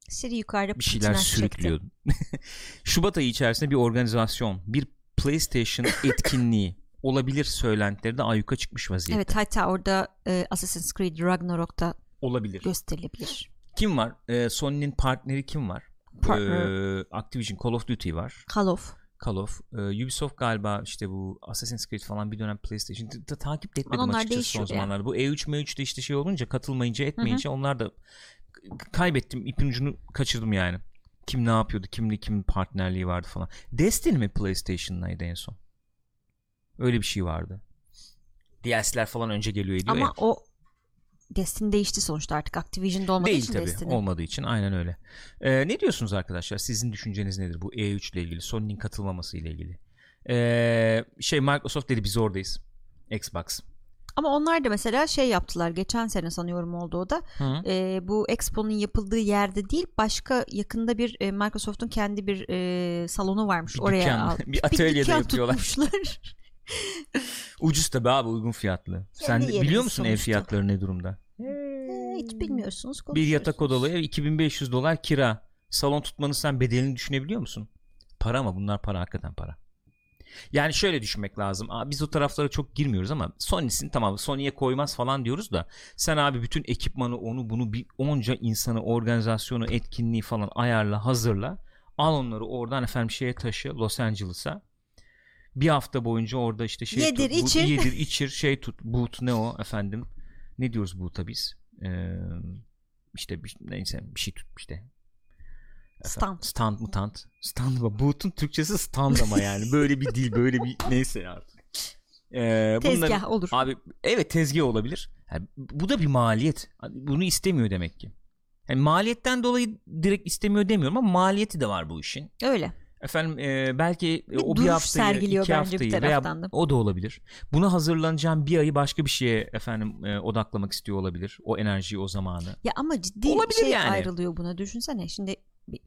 [SPEAKER 2] Siri yukarıda
[SPEAKER 1] bir şeyler
[SPEAKER 2] pıtına çekti.
[SPEAKER 1] sürüklüyordu. Şubat ayı içerisinde bir organizasyon, bir PlayStation etkinliği olabilir söylentileri de ayyuka çıkmış vaziyette.
[SPEAKER 2] Evet hatta orada e, Assassin's Creed Ragnarok'ta
[SPEAKER 1] Olabilir.
[SPEAKER 2] gösterilebilir.
[SPEAKER 1] Kim var? Ee, Sony'nin partneri kim var?
[SPEAKER 2] Partner.
[SPEAKER 1] Ee, Activision Call of Duty var.
[SPEAKER 2] Call of.
[SPEAKER 1] Call of. Ee, Ubisoft galiba işte bu Assassin's Creed falan bir dönem PlayStation ta- ta- takip de etmedim
[SPEAKER 2] Onlar
[SPEAKER 1] açıkçası son
[SPEAKER 2] değişiyor ya.
[SPEAKER 1] zamanlarda. Bu E E3 M3'de işte şey olunca katılmayınca etmeyince onlar da k- kaybettim ipin ucunu kaçırdım yani. Kim ne yapıyordu? Kimli kim partnerliği vardı falan. Destiny mi PlayStation'daydı en son? Öyle bir şey vardı. DLC'ler falan önce geliyor ediyor ya.
[SPEAKER 2] Ama o Destin değişti sonuçta artık Activision'da olmadığı
[SPEAKER 1] Değil
[SPEAKER 2] için
[SPEAKER 1] tabii
[SPEAKER 2] Destiny.
[SPEAKER 1] olmadığı için aynen öyle. Ee, ne diyorsunuz arkadaşlar? Sizin düşünceniz nedir bu E3 ile ilgili? Sony'nin katılmaması ile ilgili. Ee, şey Microsoft dedi biz oradayız. Xbox.
[SPEAKER 2] Ama onlar da mesela şey yaptılar geçen sene sanıyorum oldu o da
[SPEAKER 1] Hı.
[SPEAKER 2] Ee, bu Expo'nun yapıldığı yerde değil başka yakında bir e, Microsoft'un kendi bir e, salonu varmış
[SPEAKER 1] Bir
[SPEAKER 2] oraya
[SPEAKER 1] dükkan,
[SPEAKER 2] al-
[SPEAKER 1] bir atölyede
[SPEAKER 2] dükkan
[SPEAKER 1] yapıyorlar.
[SPEAKER 2] tutmuşlar.
[SPEAKER 1] Ucuz tabi abi uygun fiyatlı. Sen
[SPEAKER 2] yerimiz
[SPEAKER 1] biliyor musun ev
[SPEAKER 2] sonuçta.
[SPEAKER 1] fiyatları ne durumda?
[SPEAKER 2] Ee, Hiç bilmiyorsunuz
[SPEAKER 1] Bir
[SPEAKER 2] konuşuyorsunuz.
[SPEAKER 1] yatak odalı ev 2500 dolar kira. Salon tutmanın sen bedelini düşünebiliyor musun? Para ama bunlar para hakikaten para. Yani şöyle düşünmek lazım. Aa, biz o taraflara çok girmiyoruz ama Sony'sin tamam Sony'ye koymaz falan diyoruz da sen abi bütün ekipmanı onu bunu bir onca insanı organizasyonu etkinliği falan ayarla hazırla. Al onları oradan efendim şeye taşı Los Angeles'a. Bir hafta boyunca orada işte şey
[SPEAKER 2] Yedir,
[SPEAKER 1] tut, bu-
[SPEAKER 2] içir.
[SPEAKER 1] yedir içir şey tut boot ne o efendim ne diyoruz boot'a biz ee, işte bir, neyse bir şey tut işte
[SPEAKER 2] Stand.
[SPEAKER 1] Stand mutant. Stand mı? Boot'un Türkçesi stand ama yani. Böyle bir dil, böyle bir neyse artık. Ee, bunların-
[SPEAKER 2] Tezgah olur.
[SPEAKER 1] Abi evet tezgah olabilir. Yani bu da bir maliyet. Hani Bunu istemiyor demek ki. Yani maliyetten dolayı direkt istemiyor demiyorum ama maliyeti de var bu işin.
[SPEAKER 2] Öyle.
[SPEAKER 1] Efendim e, belki e,
[SPEAKER 2] Bir
[SPEAKER 1] o bir
[SPEAKER 2] duruş
[SPEAKER 1] haftayı,
[SPEAKER 2] sergiliyor
[SPEAKER 1] iki
[SPEAKER 2] bence
[SPEAKER 1] haftayı
[SPEAKER 2] bir taraftan
[SPEAKER 1] veya
[SPEAKER 2] da.
[SPEAKER 1] o da olabilir. Buna hazırlanacağım bir ayı başka bir şeye efendim e, odaklamak istiyor olabilir. O enerjiyi, o zamanı.
[SPEAKER 2] Ya ama ciddi bir
[SPEAKER 1] Olabilir
[SPEAKER 2] şey
[SPEAKER 1] yani.
[SPEAKER 2] ayrılıyor buna düşünsene. Şimdi bir-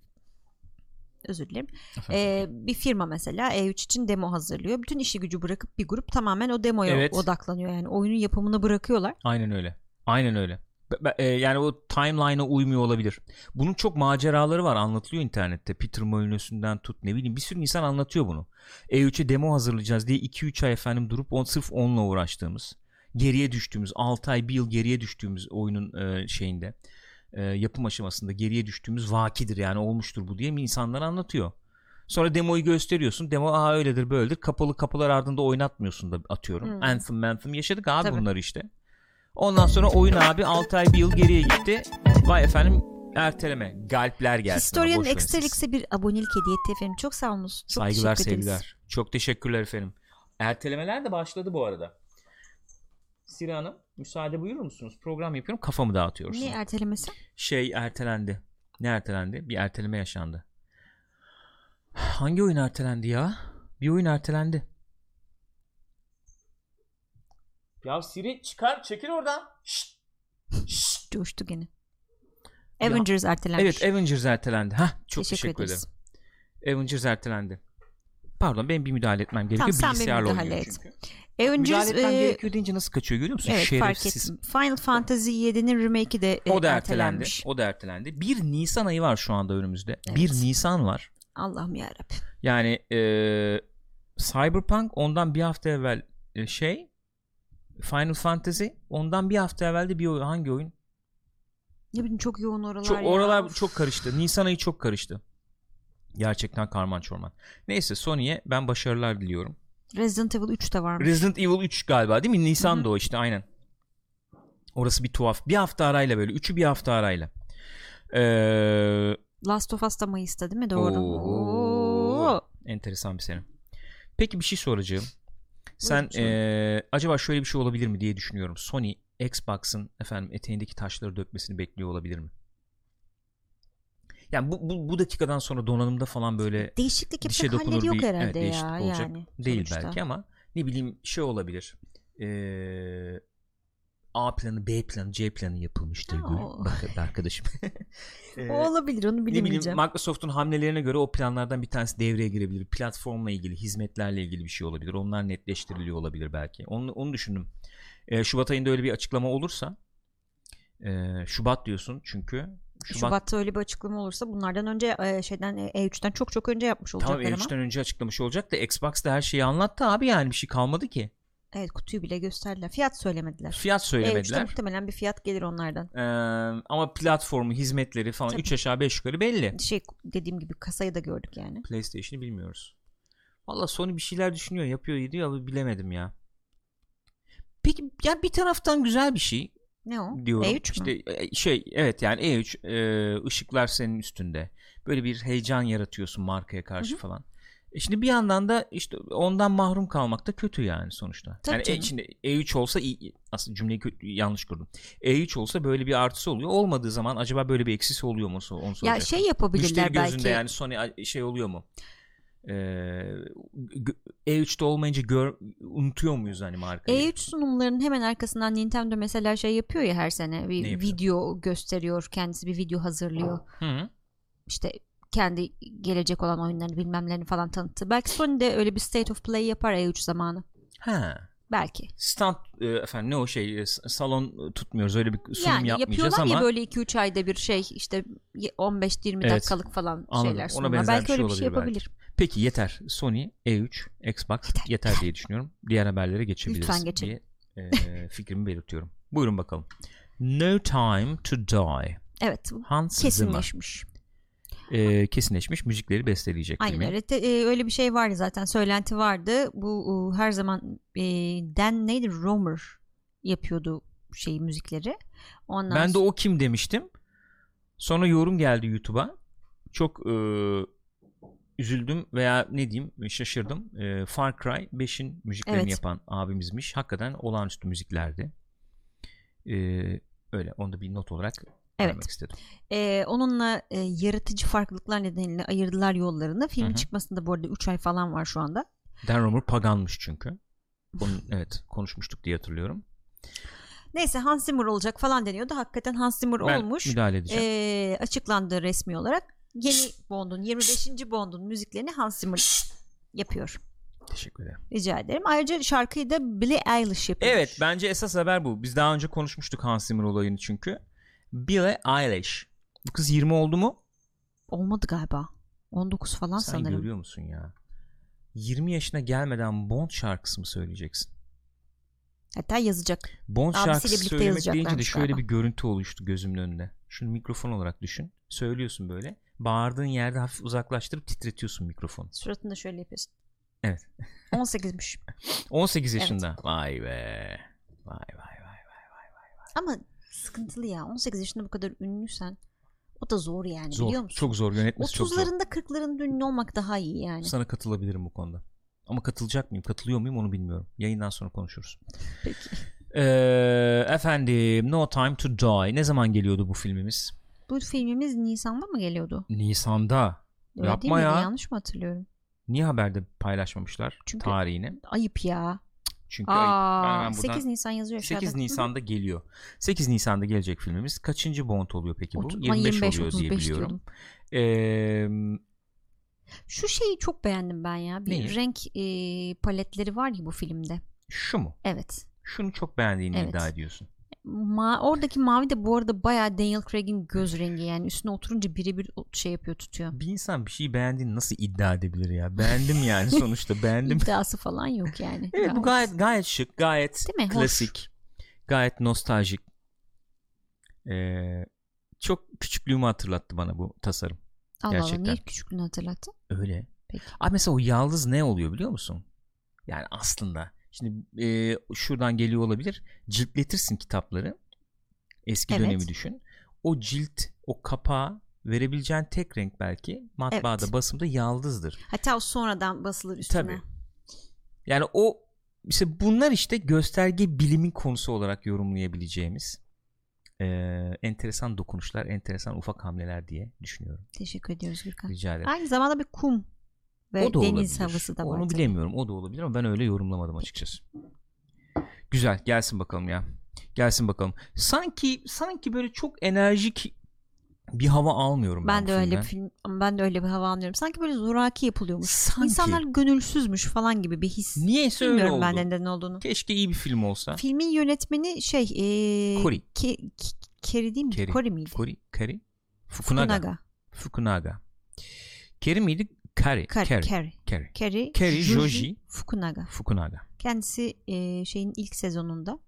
[SPEAKER 2] özür dilerim.
[SPEAKER 1] Efendim?
[SPEAKER 2] Ee, bir firma mesela E3 için demo hazırlıyor. Bütün işi gücü bırakıp bir grup tamamen o demoya
[SPEAKER 1] Evet.
[SPEAKER 2] odaklanıyor. Yani oyunun yapımını bırakıyorlar.
[SPEAKER 1] Aynen öyle. Aynen öyle. Be- be- e, Yani o timeline'a uymuyor olabilir. Bunun çok maceraları var anlatılıyor internette. Peter Molyneux'ünden tut ne bileyim bir sürü insan anlatıyor bunu. E3'e demo hazırlayacağız diye 2-3 ay efendim durup on, sırf onunla uğraştığımız. Geriye düştüğümüz 6 ay 1 yıl geriye düştüğümüz oyunun e, şeyinde e, yapım aşamasında geriye düştüğümüz vakidir yani olmuştur bu diye mi insanlar anlatıyor. Sonra demoyu gösteriyorsun. Demo aa öyledir böyledir. Kapalı kapılar ardında oynatmıyorsun da atıyorum.
[SPEAKER 2] Hmm.
[SPEAKER 1] Anthem Anthem yaşadık abi
[SPEAKER 2] Tabii.
[SPEAKER 1] bunları işte. Ondan sonra oyun abi 6 ay bir yıl geriye gitti. Vay efendim erteleme. Galpler gelsin.
[SPEAKER 2] Historian'ın
[SPEAKER 1] Boş verin siz.
[SPEAKER 2] Extralix'e bir abonelik hediye etti efendim. Çok sağ olunuz. Çok
[SPEAKER 1] Saygılar
[SPEAKER 2] teşekkür ederiz.
[SPEAKER 1] sevgiler. Çok teşekkürler efendim. Ertelemeler de başladı bu arada. Sira Hanım müsaade buyurur musunuz? Program yapıyorum kafamı dağıtıyorsun.
[SPEAKER 2] Ne ertelemesi?
[SPEAKER 1] şey ertelendi. Ne ertelendi? Bir erteleme yaşandı. Hangi oyun ertelendi ya? Bir oyun ertelendi. Ya Siri çıkar çekil oradan. Şşt.
[SPEAKER 2] Coştu gene.
[SPEAKER 1] Ya-
[SPEAKER 2] Avengers ertelenmiş.
[SPEAKER 1] Evet Avengers ertelendi. Hah, çok teşekkür, ederim.
[SPEAKER 2] ederiz.
[SPEAKER 1] Avengers ertelendi. Pardon ben bir müdahale etmem gerekiyor.
[SPEAKER 2] sen bir
[SPEAKER 1] Bilgisayarla
[SPEAKER 2] müdahale
[SPEAKER 1] oynuyor
[SPEAKER 2] et.
[SPEAKER 1] çünkü.
[SPEAKER 2] Avengers
[SPEAKER 1] Müdahale etmem
[SPEAKER 2] e,
[SPEAKER 1] gerekiyor deyince nasıl kaçıyor görüyor musun?
[SPEAKER 2] evet fark
[SPEAKER 1] Şerefsiz.
[SPEAKER 2] ettim. Final Fantasy 7'nin remake'i de e,
[SPEAKER 1] O da ertelendi.
[SPEAKER 2] ertelenmiş.
[SPEAKER 1] O da ertelendi. 1 Nisan ayı var şu anda önümüzde. 1 Nisan var.
[SPEAKER 2] Allah'ım yarabbim.
[SPEAKER 1] Yani e, Cyberpunk ondan bir hafta evvel e, şey Final Fantasy ondan bir hafta evvel de bir oyun, hangi oyun?
[SPEAKER 2] Ne bileyim çok yoğun oralar
[SPEAKER 1] Çok
[SPEAKER 2] ya.
[SPEAKER 1] oralar çok karıştı. Nisan ayı çok karıştı. Gerçekten karman çorman. Neyse Sony'ye ben başarılar diliyorum.
[SPEAKER 2] Resident Evil 3 de varmış.
[SPEAKER 1] Resident Evil 3 galiba değil mi? Nisan'da o işte aynen. Orası bir tuhaf. Bir hafta arayla böyle. Üçü bir hafta arayla. Ee,
[SPEAKER 2] Last of Us da Mayıs'ta değil mi? Doğru.
[SPEAKER 1] Oo.
[SPEAKER 2] Oo.
[SPEAKER 1] Enteresan bir sene. Peki bir şey soracağım. Sen
[SPEAKER 2] söyle.
[SPEAKER 1] eee, acaba şöyle bir şey olabilir mi diye düşünüyorum. Sony Xbox'ın efendim eteğindeki taşları dökmesini bekliyor olabilir mi? Yani bu, bu, bu dakikadan sonra donanımda falan böyle
[SPEAKER 2] Değişiklik
[SPEAKER 1] dişe
[SPEAKER 2] yapacak
[SPEAKER 1] dokunur
[SPEAKER 2] halleri yok
[SPEAKER 1] bir evet,
[SPEAKER 2] herhalde
[SPEAKER 1] değişiklik
[SPEAKER 2] ya.
[SPEAKER 1] olacak
[SPEAKER 2] yani
[SPEAKER 1] değil
[SPEAKER 2] sonuçta.
[SPEAKER 1] belki ama ne bileyim şey olabilir. Eee, A planı, B planı, C planı yapılmıştır.
[SPEAKER 2] Aa, o-
[SPEAKER 1] Bak arkadaşım. Eee,
[SPEAKER 2] O olabilir onu
[SPEAKER 1] ne bileyim
[SPEAKER 2] bilemeyeceğim.
[SPEAKER 1] Microsoft'un hamlelerine göre o planlardan bir tanesi devreye girebilir. Platformla ilgili, hizmetlerle ilgili bir şey olabilir. Onlar netleştiriliyor olabilir belki. Onu, onu düşündüm. Ee, Şubat ayında öyle bir açıklama olursa ee, Şubat diyorsun çünkü
[SPEAKER 2] E,
[SPEAKER 1] Şubat,
[SPEAKER 2] Şubat'ta öyle bir açıklama olursa bunlardan önce e, şeyden e, E3'ten çok çok önce yapmış olacaklar
[SPEAKER 1] tam
[SPEAKER 2] ama.
[SPEAKER 1] E3'ten önce açıklamış olacak da Xbox'da her şeyi anlattı abi yani bir şey kalmadı ki.
[SPEAKER 2] Evet kutuyu bile gösterdiler. Fiyat söylemediler.
[SPEAKER 1] Fiyat
[SPEAKER 2] E3'te
[SPEAKER 1] söylemediler.
[SPEAKER 2] E, muhtemelen bir fiyat gelir onlardan.
[SPEAKER 1] Ee, ama platformu, hizmetleri falan
[SPEAKER 2] Tabii.
[SPEAKER 1] 3 aşağı 5 yukarı belli.
[SPEAKER 2] Şey dediğim gibi kasayı da gördük yani.
[SPEAKER 1] PlayStation'ı bilmiyoruz. Valla Sony bir şeyler düşünüyor yapıyor ediyor ama bilemedim ya. Peki ya bir taraftan güzel bir şey
[SPEAKER 2] Ne o?
[SPEAKER 1] diyorum.
[SPEAKER 2] E3 mü?
[SPEAKER 1] İşte, e, şey evet yani E3 e, ışıklar senin üstünde. Böyle bir heyecan yaratıyorsun markaya karşı
[SPEAKER 2] Hı
[SPEAKER 1] falan. E şimdi bir yandan da işte ondan mahrum kalmak da kötü yani sonuçta.
[SPEAKER 2] Tabii
[SPEAKER 1] yani e,
[SPEAKER 2] canım.
[SPEAKER 1] şimdi E3 olsa iyi- aslında cümleyi kötü, yanlış kurdum. E3 olsa böyle bir artısı oluyor. Olmadığı zaman acaba böyle bir eksisi oluyor mu? Onu
[SPEAKER 2] Ya
[SPEAKER 1] soracaktım.
[SPEAKER 2] şey yapabilirler
[SPEAKER 1] Müşteri gözünde
[SPEAKER 2] belki.
[SPEAKER 1] yani Sony a- şey oluyor mu? Ee, gö- E3'te olmayınca gör, unutuyor muyuz hani markayı?
[SPEAKER 2] E3 E sunumlarının hemen arkasından Nintendo mesela şey yapıyor ya her sene bir
[SPEAKER 1] Ne yapıyor?
[SPEAKER 2] video gösteriyor kendisi bir video hazırlıyor
[SPEAKER 1] Hı.
[SPEAKER 2] işte kendi gelecek olan oyunlarını bilmemlerini falan tanıttı. Belki Sony de öyle bir state of play yapar E3 zamanı.
[SPEAKER 1] Ha.
[SPEAKER 2] Belki.
[SPEAKER 1] Stand e, efendim ne o şey e, s- salon tutmuyoruz öyle bir sunum
[SPEAKER 2] yani
[SPEAKER 1] yapmayacağız
[SPEAKER 2] yapıyorlar
[SPEAKER 1] ama
[SPEAKER 2] ya böyle 2-3 ayda bir şey işte 15-20
[SPEAKER 1] Evet.
[SPEAKER 2] dakikalık falan
[SPEAKER 1] Anladım. Ona
[SPEAKER 2] şeyler sunumlar.
[SPEAKER 1] benzer bir
[SPEAKER 2] belki
[SPEAKER 1] şey
[SPEAKER 2] öyle bir şey
[SPEAKER 1] olabilir belki.
[SPEAKER 2] yapabilir.
[SPEAKER 1] peki yeter Sony E3 Xbox yeter, diye düşünüyorum. Diğer haberlere geçebiliriz
[SPEAKER 2] Lütfen geçelim.
[SPEAKER 1] diye e, fikrimi belirtiyorum. Buyurun bakalım. No Time to Die.
[SPEAKER 2] Evet. bu
[SPEAKER 1] Hans Zimmer
[SPEAKER 2] Kesinleşmiş.
[SPEAKER 1] e, kesinleşmiş müzikleri besteleyecek.
[SPEAKER 2] Aynen
[SPEAKER 1] değil mi?
[SPEAKER 2] öyle. Te- e, öyle bir şey vardı zaten. Söylenti vardı. Bu e, her zaman e, Dan neydi? Romer yapıyordu şey müzikleri. Ondan
[SPEAKER 1] Ben de
[SPEAKER 2] sonra-
[SPEAKER 1] o kim demiştim. Sonra yorum geldi YouTube'a. Çok e, üzüldüm veya ne diyeyim şaşırdım. E, Far Cry 5'in müziklerini
[SPEAKER 2] Evet.
[SPEAKER 1] yapan abimizmiş. Hakikaten olağanüstü müziklerdi. E, öyle onu da bir not olarak vermek
[SPEAKER 2] Evet.
[SPEAKER 1] istedim.
[SPEAKER 2] E, onunla e, yaratıcı farklılıklar nedeniyle ayırdılar yollarını. Filmin
[SPEAKER 1] Hı hı. çıkmasında
[SPEAKER 2] çıkmasında bu arada 3 ay falan var şu anda.
[SPEAKER 1] Dan Romer paganmış çünkü. Onun, evet konuşmuştuk diye hatırlıyorum.
[SPEAKER 2] Neyse Hans Zimmer olacak falan deniyordu. Hakikaten Hans Zimmer
[SPEAKER 1] Ben
[SPEAKER 2] olmuş.
[SPEAKER 1] müdahale edeceğim.
[SPEAKER 2] E, açıklandı resmi olarak. Yeni Bond'un 25. Bond'un müziklerini Hans Zimmer yapıyor.
[SPEAKER 1] Teşekkür ederim.
[SPEAKER 2] Rica ederim. Ayrıca şarkıyı da Billie Eilish yapıyor.
[SPEAKER 1] Evet bence esas haber bu. Biz daha önce konuşmuştuk Hans Zimmer olayını çünkü. Billie Eilish. Bu kız 20 oldu mu?
[SPEAKER 2] Olmadı galiba. 19 falan
[SPEAKER 1] Sen
[SPEAKER 2] sanırım.
[SPEAKER 1] görüyor musun ya? 20 yaşına gelmeden Bond şarkısı mı söyleyeceksin?
[SPEAKER 2] Hatta yazacak.
[SPEAKER 1] Bond
[SPEAKER 2] Abisiyle
[SPEAKER 1] şarkısı
[SPEAKER 2] birlikte
[SPEAKER 1] söylemek deyince de
[SPEAKER 2] yazacaklarmış
[SPEAKER 1] şöyle
[SPEAKER 2] galiba.
[SPEAKER 1] bir görüntü oluştu gözümün önünde. Şunu mikrofon olarak düşün. Söylüyorsun böyle. Bağırdığın yerde hafif uzaklaştırıp titretiyorsun mikrofonu.
[SPEAKER 2] Suratını da şöyle yapıyorsun.
[SPEAKER 1] Evet.
[SPEAKER 2] 18'miş.
[SPEAKER 1] 18
[SPEAKER 2] Evet.
[SPEAKER 1] yaşında. Vay be. Vay vay vay.
[SPEAKER 2] Ama sıkıntılı ya. 18 yaşında bu kadar ünlüysen o da zor yani Hani biliyor
[SPEAKER 1] Zor.
[SPEAKER 2] musun?
[SPEAKER 1] Çok zor. Yönetmesi çok zor.
[SPEAKER 2] 30'larında 40'larında ünlü olmak daha iyi yani.
[SPEAKER 1] Sana katılabilirim bu konuda. Ama katılacak mıyım, katılıyor muyum onu bilmiyorum. Yayından sonra konuşuruz.
[SPEAKER 2] Peki.
[SPEAKER 1] Ee, efendim No Time To Die. Ne zaman geliyordu bu filmimiz?
[SPEAKER 2] Bu filmimiz Nisan'da mı geliyordu?
[SPEAKER 1] Nisan'da.
[SPEAKER 2] Öyle
[SPEAKER 1] Yapma
[SPEAKER 2] değil miydi?
[SPEAKER 1] ya.
[SPEAKER 2] Yanlış mı hatırlıyorum?
[SPEAKER 1] Niye haberde paylaşmamışlar
[SPEAKER 2] Çünkü-
[SPEAKER 1] tarihini?
[SPEAKER 2] Ayıp ya.
[SPEAKER 1] Çünkü ayıp. Ben
[SPEAKER 2] Aa,
[SPEAKER 1] hemen buradan-
[SPEAKER 2] 8 Nisan yazıyor
[SPEAKER 1] 8
[SPEAKER 2] aşağıda.
[SPEAKER 1] Nisan'da geliyor. 8 Nisan'da gelecek filmimiz. Kaçıncı Bond oluyor peki bu?
[SPEAKER 2] Otu- Ay,
[SPEAKER 1] 25,
[SPEAKER 2] 25,
[SPEAKER 1] oluyor diye
[SPEAKER 2] 35
[SPEAKER 1] biliyorum. Ee,
[SPEAKER 2] Şu şeyi çok beğendim ben ya. Bir
[SPEAKER 1] Neyi?
[SPEAKER 2] renk e, paletleri var ya bu filmde.
[SPEAKER 1] şu mu?
[SPEAKER 2] Evet.
[SPEAKER 1] Şunu çok beğendiğini
[SPEAKER 2] Evet.
[SPEAKER 1] iddia ediyorsun.
[SPEAKER 2] Ma- oradaki mavi de bu arada bayağı Daniel Craig'in göz rengi yani üstüne oturunca birebir o- şey yapıyor tutuyor.
[SPEAKER 1] Bir insan bir şeyi beğendiğini nasıl iddia edebilir ya? Beğendim yani sonuçta beğendim.
[SPEAKER 2] İddiası falan yok yani.
[SPEAKER 1] evet bu gayet gayet şık, gayet
[SPEAKER 2] Değil mi? Hoş.
[SPEAKER 1] klasik, gayet nostaljik. Ee, çok küçüklüğümü hatırlattı bana bu tasarım.
[SPEAKER 2] Allah
[SPEAKER 1] gerçekten.
[SPEAKER 2] Allah niye küçüklüğünü hatırlattı?
[SPEAKER 1] Öyle.
[SPEAKER 2] Peki.
[SPEAKER 1] Abi mesela o yaldız ne oluyor biliyor musun? Yani aslında şimdi e, şuradan geliyor olabilir. Ciltletirsin kitapları. Eski
[SPEAKER 2] Evet.
[SPEAKER 1] dönemi düşün. O cilt, o kapağı verebileceğin tek renk belki matbaada
[SPEAKER 2] Evet.
[SPEAKER 1] basımda yaldızdır.
[SPEAKER 2] Hatta o sonradan basılır üstüne.
[SPEAKER 1] Tabii. Yani o işte bunlar işte gösterge bilimin konusu olarak yorumlayabileceğimiz e, enteresan dokunuşlar, enteresan ufak hamleler diye düşünüyorum.
[SPEAKER 2] Teşekkür ediyoruz Gürkan.
[SPEAKER 1] Rica ederim.
[SPEAKER 2] Aynı zamanda bir kum ve
[SPEAKER 1] o da
[SPEAKER 2] deniz
[SPEAKER 1] olabilir.
[SPEAKER 2] havası da var.
[SPEAKER 1] Onu
[SPEAKER 2] tabii.
[SPEAKER 1] bilemiyorum. O da olabilir ama ben öyle yorumlamadım açıkçası. Güzel. Gelsin bakalım ya. Gelsin bakalım. Sanki sanki böyle çok enerjik bir hava almıyorum ben,
[SPEAKER 2] Ben de
[SPEAKER 1] bu
[SPEAKER 2] öyle bir
[SPEAKER 1] filmden.
[SPEAKER 2] film, ben de öyle bir hava anlıyorum. Sanki böyle zoraki yapılıyormuş.
[SPEAKER 1] Sanki.
[SPEAKER 2] İnsanlar gönülsüzmüş falan gibi bir his.
[SPEAKER 1] Niyeyse öyle
[SPEAKER 2] Bilmiyorum
[SPEAKER 1] oldu.
[SPEAKER 2] ben de neden olduğunu.
[SPEAKER 1] Keşke iyi bir film olsa.
[SPEAKER 2] Filmin yönetmeni şey, e,
[SPEAKER 1] Cory.
[SPEAKER 2] Ke- Ke- Kerry değil mi?
[SPEAKER 1] Kerry.
[SPEAKER 2] Cory miydi?
[SPEAKER 1] Kori, Kari, Fukunaga.
[SPEAKER 2] Fukunaga.
[SPEAKER 1] Fukunaga. Keri miydi? Kari.
[SPEAKER 2] Kar-
[SPEAKER 1] Keri.
[SPEAKER 2] Kerry.
[SPEAKER 1] Keri.
[SPEAKER 2] Kerry,
[SPEAKER 1] Kerry,
[SPEAKER 2] Joji
[SPEAKER 1] Joji.
[SPEAKER 2] Fukunaga.
[SPEAKER 1] Fukunaga.
[SPEAKER 2] Kendisi e, şeyin ilk sezonunda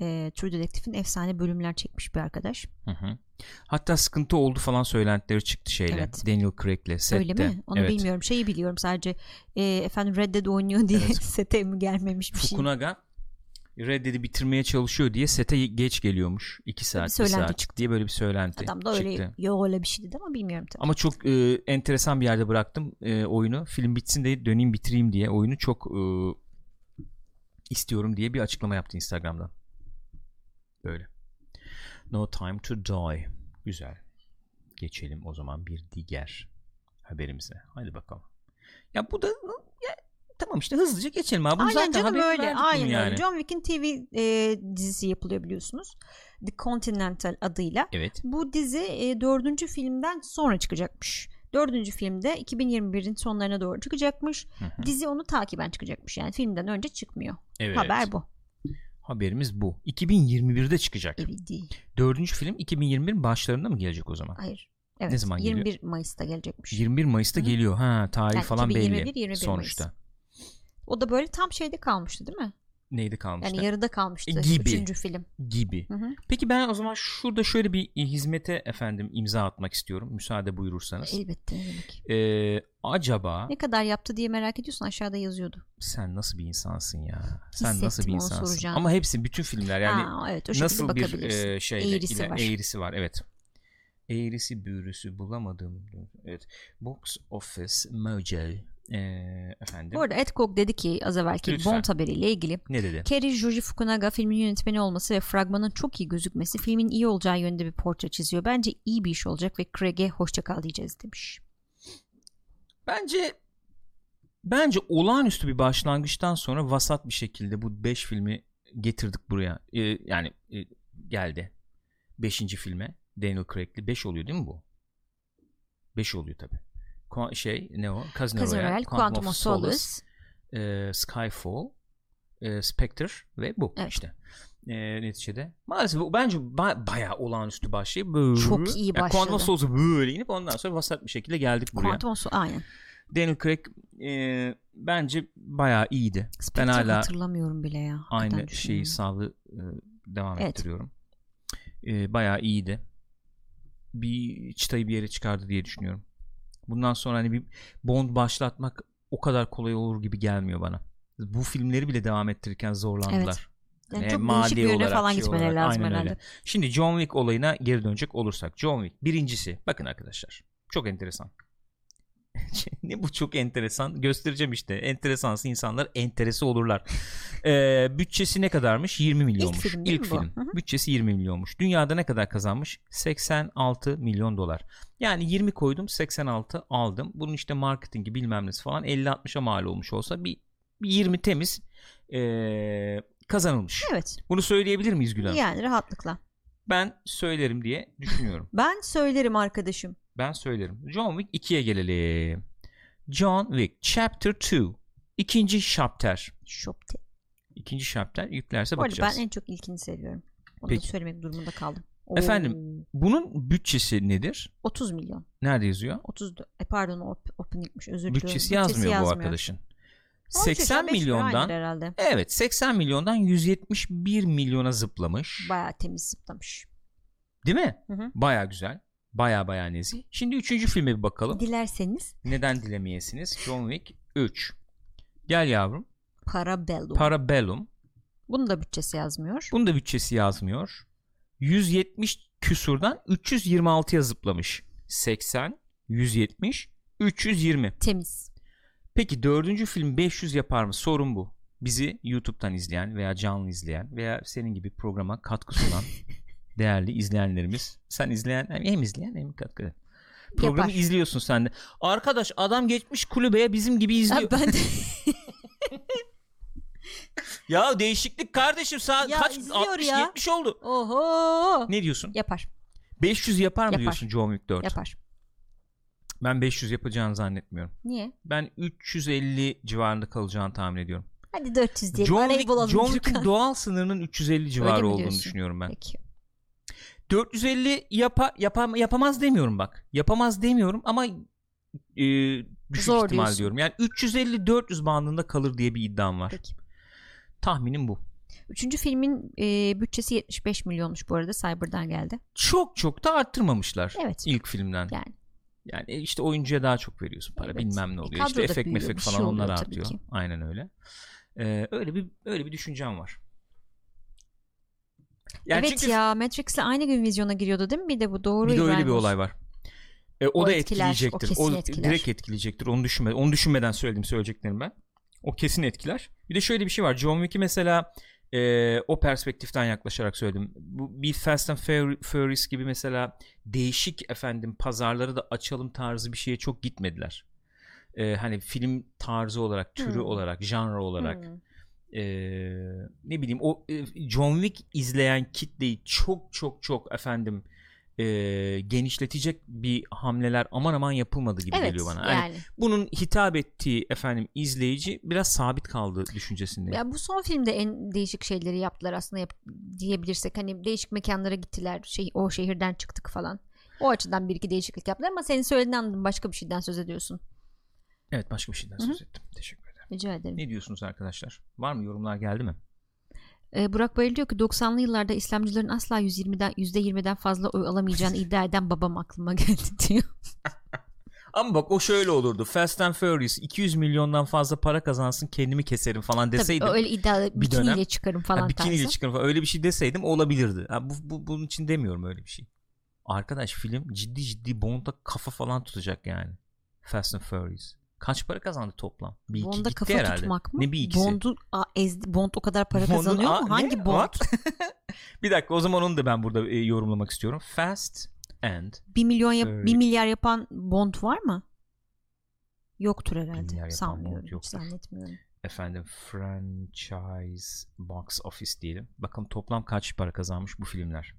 [SPEAKER 2] e, True Detective'in efsane bölümler çekmiş bir arkadaş.
[SPEAKER 1] Hı hı. Hatta sıkıntı oldu falan söylentileri çıktı şeyle.
[SPEAKER 2] Evet.
[SPEAKER 1] Daniel Craig'le sette.
[SPEAKER 2] Öyle mi? Onu
[SPEAKER 1] evet.
[SPEAKER 2] bilmiyorum. Şeyi biliyorum sadece e, efendim Red Dead oynuyor diye sete mi gelmemiş bir şey.
[SPEAKER 1] Fukunaga Red Dead'i bitirmeye çalışıyor diye sete geç geliyormuş. 2 saat, 1
[SPEAKER 2] söylenti
[SPEAKER 1] saat
[SPEAKER 2] çıktı.
[SPEAKER 1] diye böyle bir söylenti
[SPEAKER 2] Adam da öyle
[SPEAKER 1] çıktı.
[SPEAKER 2] yok öyle bir şey dedi ama bilmiyorum tabii.
[SPEAKER 1] Ama çok e, enteresan bir yerde bıraktım e, oyunu. Film bitsin de döneyim bitireyim diye oyunu çok e, istiyorum diye bir açıklama yaptı Instagram'dan. Böyle. No time to die. Güzel. Geçelim o zaman bir diğer haberimize. Hadi bakalım. Ya bu da ya, tamam işte hızlıca geçelim abi. Bunu
[SPEAKER 2] Aynen
[SPEAKER 1] zaten
[SPEAKER 2] canım
[SPEAKER 1] haberini
[SPEAKER 2] öyle.
[SPEAKER 1] verdik bunu
[SPEAKER 2] Aynen öyle.
[SPEAKER 1] yani.
[SPEAKER 2] John Wick'in TV e, dizisi yapılıyor biliyorsunuz. The Continental adıyla.
[SPEAKER 1] Evet.
[SPEAKER 2] Bu dizi e, dördüncü filmden sonra çıkacakmış. Dördüncü filmde 2021'in sonlarına doğru çıkacakmış.
[SPEAKER 1] Hı hı.
[SPEAKER 2] Dizi onu takiben çıkacakmış. Yani filmden önce çıkmıyor.
[SPEAKER 1] Evet.
[SPEAKER 2] Haber bu.
[SPEAKER 1] Haberimiz bu. 2021'de çıkacak.
[SPEAKER 2] Evet E, değil.
[SPEAKER 1] Dördüncü film 2021'in başlarında mı gelecek o zaman?
[SPEAKER 2] Hayır. Evet.
[SPEAKER 1] Ne zaman
[SPEAKER 2] 21
[SPEAKER 1] geliyor?
[SPEAKER 2] Mayıs'ta gelecekmiş.
[SPEAKER 1] 21 Mayıs'ta
[SPEAKER 2] Hı.
[SPEAKER 1] geliyor. Ha tarih
[SPEAKER 2] Yani
[SPEAKER 1] falan
[SPEAKER 2] 2021,
[SPEAKER 1] belli
[SPEAKER 2] 21 Mayıs.
[SPEAKER 1] sonuçta.
[SPEAKER 2] O da böyle tam şeyde kalmıştı değil mi?
[SPEAKER 1] Neydi kalmıştı?
[SPEAKER 2] Yani yarıda kalmıştı.
[SPEAKER 1] E, gibi.
[SPEAKER 2] Üçüncü film.
[SPEAKER 1] gibi.
[SPEAKER 2] Hı hı.
[SPEAKER 1] Peki ben o zaman şurada şöyle bir e, hizmete efendim imza atmak istiyorum müsaade buyurursanız.
[SPEAKER 2] Elbette. ne demek.
[SPEAKER 1] Ee, acaba
[SPEAKER 2] Ne kadar yaptı diye merak ediyorsun aşağıda yazıyordu.
[SPEAKER 1] sen nasıl bir insansın ya? Sen nasıl
[SPEAKER 2] Hissettim
[SPEAKER 1] bir
[SPEAKER 2] onu
[SPEAKER 1] insansın?
[SPEAKER 2] soracağını.
[SPEAKER 1] Ama hepsi bütün filmler yani
[SPEAKER 2] ha, evet, o şekilde
[SPEAKER 1] nasıl bir
[SPEAKER 2] bakabilirsin.
[SPEAKER 1] e, şeyle
[SPEAKER 2] Eğrisi
[SPEAKER 1] ile-
[SPEAKER 2] var.
[SPEAKER 1] eğrisi var evet. Eğrisi büğrüsü bulamadım. Evet. Box Office Mojo ee, efendim.
[SPEAKER 2] Bu arada Ed Koch dedi ki az evvelki
[SPEAKER 1] Lütfen.
[SPEAKER 2] Bond haberiyle ilgili
[SPEAKER 1] ne dedi?
[SPEAKER 2] Kerry Juji Fukunaga filmin yönetmeni olması ve fragmanın çok iyi gözükmesi filmin iyi olacağı yönünde bir portre çiziyor. Bence iyi bir iş olacak ve Craig'e hoşça kal diyeceğiz demiş.
[SPEAKER 1] Bence bence olağanüstü bir başlangıçtan sonra vasat bir şekilde bu 5 filmi getirdik buraya. Ee, yani e, geldi. 5. filme Daniel Craig'li 5 oluyor değil mi bu? 5 oluyor tabii. Qua- şey ne o? Casino,
[SPEAKER 2] Casino
[SPEAKER 1] Royale,
[SPEAKER 2] Royale, Quantum of Solace.
[SPEAKER 1] e, Skyfall, e, Spectre ve bu
[SPEAKER 2] Evet.
[SPEAKER 1] işte. E, neticede. Maalesef bu bence ba- bayağı olağanüstü başlayıp böyle.
[SPEAKER 2] Çok iyi
[SPEAKER 1] Yani Quantum of
[SPEAKER 2] başladı.
[SPEAKER 1] Solace'a böyle inip ondan sonra vasat bir şekilde geldik buraya.
[SPEAKER 2] Quantum of Solace aynen.
[SPEAKER 1] Daniel Craig e, bence bayağı iyiydi.
[SPEAKER 2] Spectre
[SPEAKER 1] ben hala
[SPEAKER 2] hatırlamıyorum bile ya. Hakikaten
[SPEAKER 1] aynı şeyi
[SPEAKER 2] düşünüyorum.
[SPEAKER 1] sağlı e, devam
[SPEAKER 2] Evet.
[SPEAKER 1] ettiriyorum. E, bayağı iyiydi. Bir çıtayı bir yere çıkardı diye düşünüyorum. Bundan sonra hani bir Bond başlatmak o kadar kolay olur gibi gelmiyor bana. Bu filmleri bile devam ettirirken zorlandılar.
[SPEAKER 2] Evet. Yani
[SPEAKER 1] E,
[SPEAKER 2] çok
[SPEAKER 1] maddi
[SPEAKER 2] değişik bir yöne
[SPEAKER 1] olarak,
[SPEAKER 2] falan
[SPEAKER 1] şey
[SPEAKER 2] gitmeleri
[SPEAKER 1] olarak,
[SPEAKER 2] lazım
[SPEAKER 1] aynen
[SPEAKER 2] herhalde.
[SPEAKER 1] öyle. Şimdi John Wick olayına geri dönecek olursak. John Wick birincisi. Bakın arkadaşlar. Çok enteresan. ne bu çok enteresan? Göstereceğim işte. Enteresansı insanlar enteresi olurlar. Ee, bütçesi ne kadarmış? 20 milyonmuş.
[SPEAKER 2] film değil mi bu?
[SPEAKER 1] film.
[SPEAKER 2] Hı hı.
[SPEAKER 1] Bütçesi 20 milyonmuş. Dünyada ne kadar kazanmış? 86 milyon dolar. Yani 20 koydum 86 aldım. Bunun işte marketingi bilmem nesi falan 50-60'a mal olmuş olsa bir, bir 20 temiz ee, kazanılmış.
[SPEAKER 2] Evet.
[SPEAKER 1] Bunu söyleyebilir miyiz Gülen?
[SPEAKER 2] Yani rahatlıkla.
[SPEAKER 1] Ben söylerim diye düşünüyorum.
[SPEAKER 2] Ben söylerim arkadaşım.
[SPEAKER 1] ben söylerim. John Wick 2'ye gelelim. John Wick Chapter 2. İkinci şapter.
[SPEAKER 2] Şopte.
[SPEAKER 1] İkinci şapter yüklerse
[SPEAKER 2] Bu arada
[SPEAKER 1] bakacağız.
[SPEAKER 2] ben en çok ilkini seviyorum. Onu
[SPEAKER 1] Peki.
[SPEAKER 2] da söylemek durumunda kaldım.
[SPEAKER 1] Efendim? Bunun bütçesi nedir?
[SPEAKER 2] Oo, 30 milyon.
[SPEAKER 1] Nerede yazıyor?
[SPEAKER 2] 30 d- e, pardon op, openingmiş özür diliyorum.
[SPEAKER 1] Bütçesi yazmıyor bu arkadaşın. 80
[SPEAKER 2] 15 lira aynıdır
[SPEAKER 1] milyondan
[SPEAKER 2] herhalde.
[SPEAKER 1] Evet 80 milyondan 171 milyona zıplamış.
[SPEAKER 2] Bayağı temiz zıplamış.
[SPEAKER 1] Değil mi?
[SPEAKER 2] Hı hı.
[SPEAKER 1] Baya güzel. Baya baya nezih. Şimdi üçüncü filme bir bakalım.
[SPEAKER 2] Dilerseniz
[SPEAKER 1] Neden dilemeyesiniz? John Wick 3. Gel yavrum.
[SPEAKER 2] Parabellum.
[SPEAKER 1] Parabellum.
[SPEAKER 2] Bunun da bütçesi yazmıyor.
[SPEAKER 1] Bunun da bütçesi yazmıyor. 170 küsurdan 326'ya zıplamış. 80, 170, 320.
[SPEAKER 2] Temiz.
[SPEAKER 1] Peki dördüncü film 500 yapar mı? Sorun bu. Bizi YouTube'dan izleyen veya canlı izleyen veya senin gibi programa katkı sunan değerli izleyenlerimiz. Sen izleyen hem- hem izleyen hem katkı. eden. Programı
[SPEAKER 2] Yapar.
[SPEAKER 1] izliyorsun sen de. Arkadaş adam geçmiş kulübeye bizim gibi izliyor.
[SPEAKER 2] Aa, ben de
[SPEAKER 1] Ya değişiklik kardeşim saat
[SPEAKER 2] Ya
[SPEAKER 1] kaç
[SPEAKER 2] izliyor
[SPEAKER 1] 60
[SPEAKER 2] ya.
[SPEAKER 1] 70 oldu.
[SPEAKER 2] oho.
[SPEAKER 1] Ne diyorsun?
[SPEAKER 2] Yapar.
[SPEAKER 1] 500 yapar mı
[SPEAKER 2] Yapar.
[SPEAKER 1] diyorsun John Wick 4?
[SPEAKER 2] Yapar.
[SPEAKER 1] Ben 500 yapacağını zannetmiyorum.
[SPEAKER 2] Niye?
[SPEAKER 1] Ben 350 civarında kalacağını tahmin ediyorum.
[SPEAKER 2] Hadi 400 diyelim.
[SPEAKER 1] John,
[SPEAKER 2] Arayı
[SPEAKER 1] Wick-
[SPEAKER 2] bulalım.
[SPEAKER 1] John
[SPEAKER 2] Türkan.
[SPEAKER 1] Wick'in doğal sınırının 350
[SPEAKER 2] Öyle
[SPEAKER 1] civarı
[SPEAKER 2] mi
[SPEAKER 1] olduğunu
[SPEAKER 2] diyorsun?
[SPEAKER 1] düşünüyorum ben.
[SPEAKER 2] Peki.
[SPEAKER 1] 450 yapa, yapam, yapamaz demiyorum bak. Yapamaz demiyorum ama e, düşük
[SPEAKER 2] Zor
[SPEAKER 1] ihtimal
[SPEAKER 2] diyorsun.
[SPEAKER 1] diyorum. Yani 350-400 bandında kalır diye bir iddiam var.
[SPEAKER 2] Peki.
[SPEAKER 1] Tahminim bu.
[SPEAKER 2] Üçüncü filmin e, bütçesi 75 milyonmuş bu arada. Cyber'dan geldi.
[SPEAKER 1] Çok çok da arttırmamışlar
[SPEAKER 2] Evet.
[SPEAKER 1] ilk filmden.
[SPEAKER 2] Yani.
[SPEAKER 1] Yani e, işte oyuncuya daha çok veriyorsun para
[SPEAKER 2] Evet.
[SPEAKER 1] bilmem ne
[SPEAKER 2] E,
[SPEAKER 1] oluyor. işte
[SPEAKER 2] kadro da
[SPEAKER 1] efekt
[SPEAKER 2] büyüyor,
[SPEAKER 1] mefek
[SPEAKER 2] bir
[SPEAKER 1] falan
[SPEAKER 2] şey oluyor
[SPEAKER 1] onlar
[SPEAKER 2] tabii
[SPEAKER 1] artıyor.
[SPEAKER 2] ki.
[SPEAKER 1] Aynen öyle. Ee, öyle bir öyle bir düşüncem var. Yani
[SPEAKER 2] evet
[SPEAKER 1] çünkü
[SPEAKER 2] ya Matrix'le aynı gün vizyona giriyordu değil mi? Bir de bu doğru.
[SPEAKER 1] bir de öyle
[SPEAKER 2] İbrahim
[SPEAKER 1] bir
[SPEAKER 2] Olsun.
[SPEAKER 1] olay var. E, o,
[SPEAKER 2] O
[SPEAKER 1] da
[SPEAKER 2] etkiler, o
[SPEAKER 1] etkileyecektir.
[SPEAKER 2] kesin etkiler.
[SPEAKER 1] direkt etkileyecektir. Onu düşünme onu düşünmeden söyledim söyleyeceklerim ben. O kesin etkiler. Bir de şöyle bir şey var. John Wick'i mesela e, o perspektiften yaklaşarak söyledim. Bu bir Fast and Fur- Furious gibi mesela değişik efendim pazarları da açalım tarzı bir şeye çok gitmediler. E, hani film tarzı olarak, türü
[SPEAKER 2] Hmm.
[SPEAKER 1] olarak, janra olarak
[SPEAKER 2] Hmm.
[SPEAKER 1] e, ne bileyim o e, John Wick izleyen kitleyi çok çok çok efendim e, genişletecek bir hamleler aman aman yapılmadı gibi
[SPEAKER 2] Evet
[SPEAKER 1] geliyor bana. Hani Yani
[SPEAKER 2] yani.
[SPEAKER 1] bunun hitap ettiği efendim izleyici biraz sabit kaldı düşüncesinde.
[SPEAKER 2] Ya bu son filmde en değişik şeyleri yaptılar aslında yap- diyebilirsek. Hani değişik mekanlara gittiler. Şey, o şehirden çıktık falan. O açıdan bir iki değişiklik yaptılar ama senin söylediğinden anladım. Başka bir şeyden söz ediyorsun.
[SPEAKER 1] Evet başka bir şeyden
[SPEAKER 2] Hı hı.
[SPEAKER 1] söz ettim. Teşekkür ederim.
[SPEAKER 2] Rica ederim.
[SPEAKER 1] Ne diyorsunuz arkadaşlar? Var mı yorumlar geldi mi?
[SPEAKER 2] Ee, Burak Bayır diyor ki 90'lı yıllarda İslamcıların asla 120'den %20'den fazla oy alamayacağını iddia eden babam aklıma geldi diyor.
[SPEAKER 1] Ama bak o şöyle olurdu. Fast and Furious 200 milyondan fazla para kazansın kendimi keserim falan deseydim.
[SPEAKER 2] Tabii öyle iddia
[SPEAKER 1] bir dönem-
[SPEAKER 2] bikiniyle çıkarım falan
[SPEAKER 1] Ha, bikiniyle
[SPEAKER 2] tarzı.
[SPEAKER 1] çıkarım falan. öyle bir şey deseydim olabilirdi. Ha, bu, bu- bunun için demiyorum öyle bir şey. Arkadaş film ciddi ciddi Bond'a kafa falan tutacak yani. Fast and Furious. Kaç para kazandı toplam? Bir iki
[SPEAKER 2] Bond'a
[SPEAKER 1] gitti
[SPEAKER 2] kafa
[SPEAKER 1] herhalde.
[SPEAKER 2] tutmak mı?
[SPEAKER 1] Ne bir ikisi?
[SPEAKER 2] Bond'u a, ezdi, Bond o kadar para
[SPEAKER 1] Bond'un-
[SPEAKER 2] kazanıyor
[SPEAKER 1] Aa,
[SPEAKER 2] mu?
[SPEAKER 1] ne?
[SPEAKER 2] Hangi Bond?
[SPEAKER 1] What? bir dakika o zaman onu da ben burada e, yorumlamak istiyorum. Fast and
[SPEAKER 2] 1 milyon yap,
[SPEAKER 1] Ee,
[SPEAKER 2] 1 milyar yapan Bond var mı? Yoktur
[SPEAKER 1] milyar yapan
[SPEAKER 2] herhalde.
[SPEAKER 1] Bond
[SPEAKER 2] Sanmıyorum. hiç
[SPEAKER 1] yoktur.
[SPEAKER 2] Zannetmiyorum.
[SPEAKER 1] efendim franchise box office diyelim. Bakın toplam kaç para kazanmış bu filmler.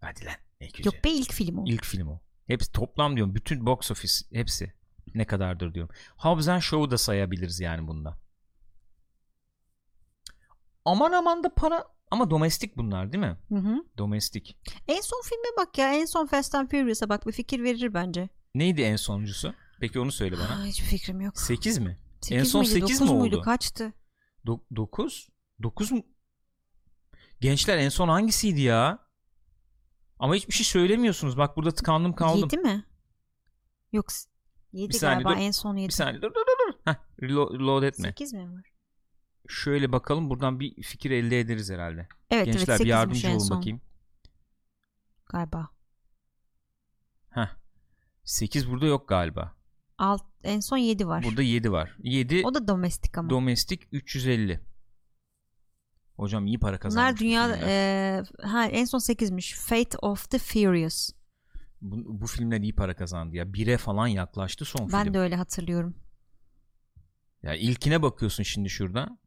[SPEAKER 1] Hadi lan. ne güzel.
[SPEAKER 2] Yok be ilk film o.
[SPEAKER 1] İlk film o. Hepsi toplam diyorum. Bütün box office hepsi ne kadardır diyorum. Hobbs and Show'u da sayabiliriz yani bunda. Aman aman da para ama domestik bunlar değil mi?
[SPEAKER 2] Hı hı.
[SPEAKER 1] Domestik.
[SPEAKER 2] En son filme bak ya. En son Fast and Furious'a bak bir fikir verir bence.
[SPEAKER 1] Neydi en sonuncusu? Peki onu söyle bana.
[SPEAKER 2] Aa, hiçbir fikrim yok.
[SPEAKER 1] 8 mi?
[SPEAKER 2] Sekiz
[SPEAKER 1] son
[SPEAKER 2] miydi,
[SPEAKER 1] sekiz
[SPEAKER 2] dokuz
[SPEAKER 1] mi
[SPEAKER 2] muydu,
[SPEAKER 1] oldu?
[SPEAKER 2] Kaçtı?
[SPEAKER 1] 9? 9 mu? Gençler en son hangisiydi ya? Ama hiçbir şey söylemiyorsunuz. Bak burada tıkandım kaldım.
[SPEAKER 2] 7 mi? Yok. 7
[SPEAKER 1] Bir saniye,
[SPEAKER 2] galiba
[SPEAKER 1] dur.
[SPEAKER 2] en son 7.
[SPEAKER 1] Bir saniye dur dur dur. dur. Heh, reload, reload etme.
[SPEAKER 2] 8 mi var?
[SPEAKER 1] Şöyle bakalım buradan bir fikir elde ederiz herhalde.
[SPEAKER 2] Evet
[SPEAKER 1] Gençler
[SPEAKER 2] evet
[SPEAKER 1] bir
[SPEAKER 2] 8'miş
[SPEAKER 1] yardımcı
[SPEAKER 2] en
[SPEAKER 1] olun
[SPEAKER 2] son
[SPEAKER 1] bakayım.
[SPEAKER 2] galiba.
[SPEAKER 1] Heh. 8 burada yok galiba.
[SPEAKER 2] Alt, en son 7 var.
[SPEAKER 1] Burada 7 var. 7
[SPEAKER 2] o da domestik ama.
[SPEAKER 1] domestik 350. Hocam iyi para kazanmış.
[SPEAKER 2] Bunlar
[SPEAKER 1] bu
[SPEAKER 2] dünya
[SPEAKER 1] filmler.
[SPEAKER 2] e, ha en son 8'miş. Fate of the Furious.
[SPEAKER 1] bu, bu filmler iyi para kazandı ya. 1'e falan yaklaştı son
[SPEAKER 2] ben
[SPEAKER 1] film.
[SPEAKER 2] de öyle hatırlıyorum.
[SPEAKER 1] Ya ilkine bakıyorsun şimdi şurada.